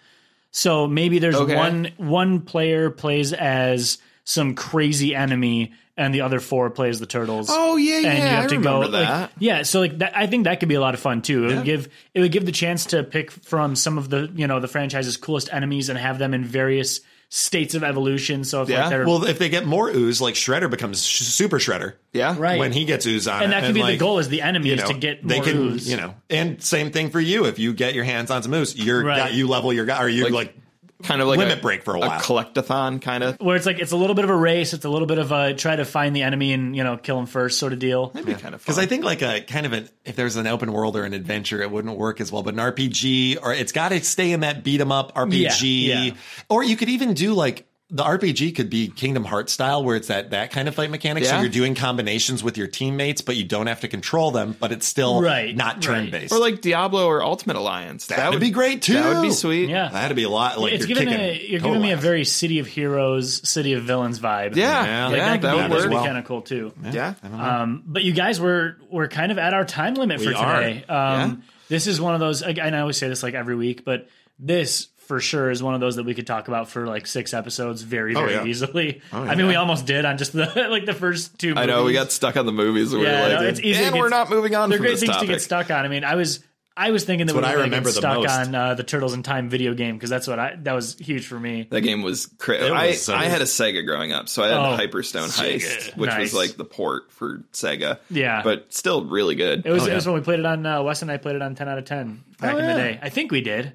[SPEAKER 2] So maybe there's
[SPEAKER 3] Okay.
[SPEAKER 2] one one player plays as some crazy enemy, and the other four plays the turtles.
[SPEAKER 3] Oh yeah, yeah.
[SPEAKER 2] and you have
[SPEAKER 3] I
[SPEAKER 2] to go
[SPEAKER 3] remember
[SPEAKER 2] like
[SPEAKER 3] that.
[SPEAKER 2] yeah so like that, i think that could be a lot of fun too it
[SPEAKER 3] Yeah.
[SPEAKER 2] would give it would give the chance to pick from some of the you know the franchise's coolest enemies and have them in various states of evolution so if
[SPEAKER 3] Yeah,
[SPEAKER 2] like they're
[SPEAKER 1] Well, if they get more ooze, like Shredder becomes sh- Super Shredder.
[SPEAKER 3] yeah.
[SPEAKER 2] right
[SPEAKER 1] When he gets ooze on
[SPEAKER 2] and
[SPEAKER 1] it.
[SPEAKER 2] that could be
[SPEAKER 1] like,
[SPEAKER 2] the goal is the enemy
[SPEAKER 1] You
[SPEAKER 2] is
[SPEAKER 1] know,
[SPEAKER 2] to get
[SPEAKER 1] they
[SPEAKER 2] more
[SPEAKER 1] can,
[SPEAKER 2] ooze.
[SPEAKER 1] you know, and same thing for you. If you get your hands on some ooze, you're
[SPEAKER 2] Right.
[SPEAKER 1] got, you level your guy, or you like,
[SPEAKER 3] Kind of like
[SPEAKER 1] Limit break for a while.
[SPEAKER 3] A collectathon kind of.
[SPEAKER 2] where it's like it's a little bit of a race it's a little bit of a try to find the enemy and you know kill him first sort of deal
[SPEAKER 3] That'd be kind of
[SPEAKER 1] Because
[SPEAKER 3] fun.
[SPEAKER 1] I think like a kind of an if there's an open world or an adventure, it wouldn't work as well. But an RPG or it's got to stay in that beat 'em up RPG,
[SPEAKER 2] Yeah, yeah.
[SPEAKER 1] or you could even do like the RPG could be Kingdom Hearts style, where it's that that kind of fight mechanic. So
[SPEAKER 3] Yeah.
[SPEAKER 1] you're doing combinations with your teammates, but you don't have to control them. But it's still
[SPEAKER 2] Right,
[SPEAKER 1] not
[SPEAKER 2] right.
[SPEAKER 1] turn based.
[SPEAKER 3] or like Diablo or Ultimate Alliance. That,
[SPEAKER 1] That'd
[SPEAKER 3] would
[SPEAKER 1] be great, too.
[SPEAKER 3] That would be sweet.
[SPEAKER 2] yeah
[SPEAKER 1] that'd be a lot. Like
[SPEAKER 2] it's
[SPEAKER 1] you're
[SPEAKER 2] giving
[SPEAKER 1] kicking
[SPEAKER 2] a, you're
[SPEAKER 1] total
[SPEAKER 2] giving me a
[SPEAKER 1] ass.
[SPEAKER 2] very city of heroes city of villains vibe
[SPEAKER 3] Yeah.
[SPEAKER 1] Yeah.
[SPEAKER 3] Yeah.
[SPEAKER 2] like that, could
[SPEAKER 3] that
[SPEAKER 2] be,
[SPEAKER 3] would
[SPEAKER 1] as
[SPEAKER 3] work.
[SPEAKER 1] well.
[SPEAKER 2] kind of cool too
[SPEAKER 3] Yeah.
[SPEAKER 2] Um, but you guys were were kind of at our time limit for
[SPEAKER 1] We are.
[SPEAKER 2] today. Um, This is one of those, like, and I always say this like every week, but this for sure is one of those that we could talk about for like six episodes very, very
[SPEAKER 1] Oh, yeah.
[SPEAKER 2] easily. I mean, we almost did on just the like the first two.
[SPEAKER 3] I know we
[SPEAKER 2] movies.
[SPEAKER 3] got stuck on the movies. We
[SPEAKER 2] Yeah,
[SPEAKER 3] were
[SPEAKER 2] I
[SPEAKER 3] like,
[SPEAKER 2] know, it's easy to
[SPEAKER 3] and
[SPEAKER 2] get-
[SPEAKER 3] we're not moving on
[SPEAKER 2] They're
[SPEAKER 3] from
[SPEAKER 2] great
[SPEAKER 3] this
[SPEAKER 2] things
[SPEAKER 3] topic.
[SPEAKER 2] to get stuck on. I mean, I was I was thinking that
[SPEAKER 1] what
[SPEAKER 2] we
[SPEAKER 1] I
[SPEAKER 2] were
[SPEAKER 1] remember
[SPEAKER 2] get
[SPEAKER 1] the
[SPEAKER 2] stuck
[SPEAKER 1] most.
[SPEAKER 2] on uh, the Turtles in Time video game because that's what I that was huge for me.
[SPEAKER 3] That game was crazy.
[SPEAKER 1] It
[SPEAKER 3] I,
[SPEAKER 1] was so-
[SPEAKER 3] I had a Sega growing up, so I had
[SPEAKER 2] Oh,
[SPEAKER 3] Hyperstone Heist, which
[SPEAKER 2] Nice.
[SPEAKER 3] was like the port for Sega.
[SPEAKER 2] Yeah.
[SPEAKER 3] but still really good.
[SPEAKER 2] It was,
[SPEAKER 1] Oh, yeah.
[SPEAKER 2] it was when we played it on uh, Wes and I played it on ten out of ten back
[SPEAKER 3] Oh,
[SPEAKER 2] in
[SPEAKER 3] yeah.
[SPEAKER 2] the day. I think we did.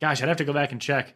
[SPEAKER 2] Gosh, I'd have to go back and check.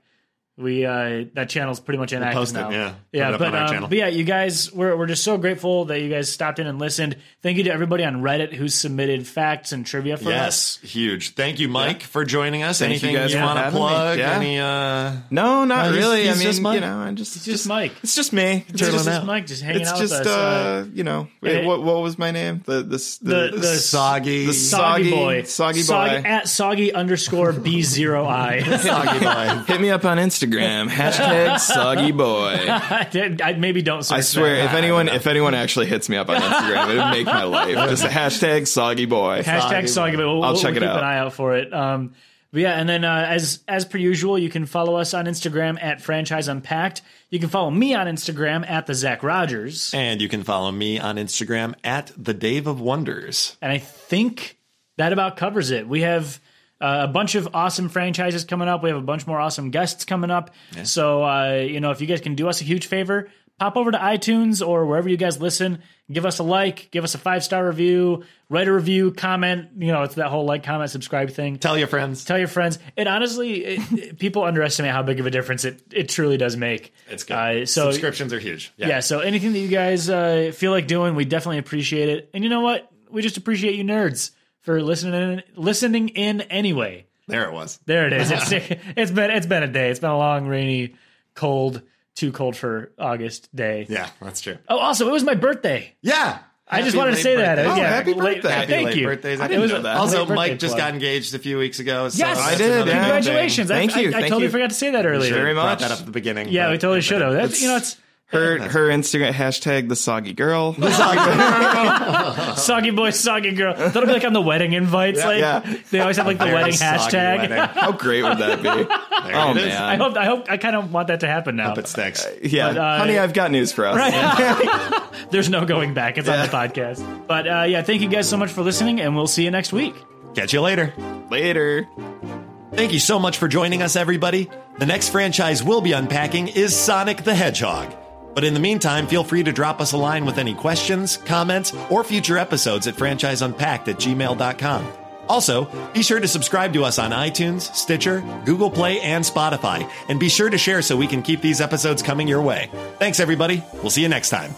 [SPEAKER 2] We uh, that channel's pretty much inactive
[SPEAKER 1] post it,
[SPEAKER 2] now.
[SPEAKER 1] yeah. Put it
[SPEAKER 2] yeah,
[SPEAKER 1] up
[SPEAKER 2] but,
[SPEAKER 1] on our
[SPEAKER 2] um,
[SPEAKER 1] channel.
[SPEAKER 2] but yeah, you guys, we're we're just so grateful that you guys stopped in and listened. Thank you to everybody on Reddit who submitted facts and trivia for us.
[SPEAKER 1] Yes, huge. Thank you, Mike, for joining us.
[SPEAKER 3] Thank you
[SPEAKER 1] Anything you,
[SPEAKER 3] guys for
[SPEAKER 1] want to
[SPEAKER 3] having me.
[SPEAKER 1] plug?
[SPEAKER 3] Yeah.
[SPEAKER 1] Any uh,
[SPEAKER 3] no, not
[SPEAKER 1] he's-
[SPEAKER 3] really.
[SPEAKER 1] he's
[SPEAKER 3] I mean,
[SPEAKER 1] just Mike.
[SPEAKER 3] you know, I just it's
[SPEAKER 2] Just Mike,
[SPEAKER 3] It's just me. It's
[SPEAKER 1] Turtling
[SPEAKER 2] just
[SPEAKER 3] just,
[SPEAKER 1] out.
[SPEAKER 2] Mike, just hanging
[SPEAKER 3] it's
[SPEAKER 2] out
[SPEAKER 3] just
[SPEAKER 2] with us.
[SPEAKER 3] uh,
[SPEAKER 2] Uh,
[SPEAKER 3] you know,
[SPEAKER 2] it-
[SPEAKER 3] what what was my name? The this the,
[SPEAKER 2] The- the
[SPEAKER 1] soggy?
[SPEAKER 3] The
[SPEAKER 2] Soggy,
[SPEAKER 3] Soggy-
[SPEAKER 2] boy,
[SPEAKER 3] Soggy boy.
[SPEAKER 2] at soggy underscore b zero i.
[SPEAKER 1] soggy boy.
[SPEAKER 3] hit me up on Instagram hashtag Soggy Boy.
[SPEAKER 2] I maybe don't.
[SPEAKER 3] I
[SPEAKER 2] search
[SPEAKER 3] swear,
[SPEAKER 2] that.
[SPEAKER 3] if anyone if anyone actually hits me up on Instagram, it'd make my life. Just a hashtag Soggy Boy.
[SPEAKER 2] Hashtag soggy, but we'll,
[SPEAKER 3] I'll
[SPEAKER 2] we'll
[SPEAKER 3] check it
[SPEAKER 2] keep
[SPEAKER 3] out.
[SPEAKER 2] an eye out for it. Um, but yeah, and then uh, as as per usual, you can follow us on Instagram at franchise unpacked. You can follow me on Instagram at the Zach Rogers,
[SPEAKER 1] And you can follow me on Instagram at the Dave of Wonders.
[SPEAKER 2] and I think that about covers it. We have. Uh, a bunch of awesome franchises coming up. We have a bunch more awesome guests coming up. So, uh, you know, if you guys can do us a huge favor, pop over to iTunes or wherever you guys listen, give us a like, give us a five star review, write a review, comment. You know, it's that whole like, comment, subscribe thing.
[SPEAKER 1] Tell your friends.
[SPEAKER 2] tell your friends. And honestly, it, it- people underestimate how big of a difference it, it truly does make.
[SPEAKER 1] It's good.
[SPEAKER 2] Uh, so
[SPEAKER 1] Subscriptions are huge.
[SPEAKER 2] yeah, so anything that you guys uh, feel like doing, we definitely appreciate it. And you know what? We just appreciate you nerds for listening in, listening in anyway.
[SPEAKER 1] There it was.
[SPEAKER 2] There it is. It's it's been it's been a day. It's been a long, rainy, cold, too cold for August day.
[SPEAKER 1] Yeah, that's true.
[SPEAKER 2] Oh, also, it was my birthday.
[SPEAKER 1] Yeah.
[SPEAKER 2] I just wanted to say that. uh,
[SPEAKER 3] birthday.
[SPEAKER 2] yeah,
[SPEAKER 3] Oh, happy
[SPEAKER 2] late-
[SPEAKER 3] birthday. Happy
[SPEAKER 2] thank
[SPEAKER 1] late
[SPEAKER 2] you.
[SPEAKER 1] birthdays. I
[SPEAKER 2] It
[SPEAKER 1] didn't
[SPEAKER 2] was
[SPEAKER 3] know
[SPEAKER 2] a
[SPEAKER 3] that.
[SPEAKER 2] late
[SPEAKER 1] Also,
[SPEAKER 2] birthday
[SPEAKER 1] Mike just
[SPEAKER 2] plug.
[SPEAKER 1] got engaged a few weeks ago. So
[SPEAKER 2] Yes,
[SPEAKER 1] that's
[SPEAKER 3] I did,
[SPEAKER 1] another
[SPEAKER 3] yeah.
[SPEAKER 1] thing.
[SPEAKER 2] Congratulations! I-
[SPEAKER 3] Thank
[SPEAKER 2] I,
[SPEAKER 3] you,
[SPEAKER 2] I,
[SPEAKER 3] thank
[SPEAKER 2] totally
[SPEAKER 3] you.
[SPEAKER 2] forgot to say that earlier.
[SPEAKER 3] very
[SPEAKER 1] Brought
[SPEAKER 3] much.
[SPEAKER 1] that up at the beginning.
[SPEAKER 2] Yeah, we
[SPEAKER 1] but-
[SPEAKER 2] totally should have. That's you know, it's
[SPEAKER 3] Her her Instagram hashtag the Soggy Girl.
[SPEAKER 2] soggy boy, soggy girl. That'll be like on the wedding invites. like
[SPEAKER 3] yeah.
[SPEAKER 2] they always have like the
[SPEAKER 1] Very
[SPEAKER 2] wedding
[SPEAKER 1] soggy
[SPEAKER 2] hashtag.
[SPEAKER 1] wedding.
[SPEAKER 3] How great would that be?
[SPEAKER 1] There
[SPEAKER 3] oh
[SPEAKER 1] it is.
[SPEAKER 2] I
[SPEAKER 3] man,
[SPEAKER 2] hope I hope I kind of want that to happen now.
[SPEAKER 1] Up it sticks.
[SPEAKER 3] yeah,
[SPEAKER 2] But, uh,
[SPEAKER 3] honey, I've got news for us.
[SPEAKER 2] There's no going back. It's on the podcast. But uh, yeah, thank you guys so much for listening, and we'll see you next week.
[SPEAKER 1] Catch you later.
[SPEAKER 3] Later.
[SPEAKER 1] Thank you so much for joining us, everybody. The next franchise we'll be unpacking is Sonic the Hedgehog. But in the meantime, feel free to drop us a line with any questions, comments, or future episodes at franchiseunpacked at gmail.com. Also, be sure to subscribe to us on iTunes, Stitcher, Google Play, and Spotify. And be sure to share so we can keep these episodes coming your way. Thanks, everybody. We'll see you next time.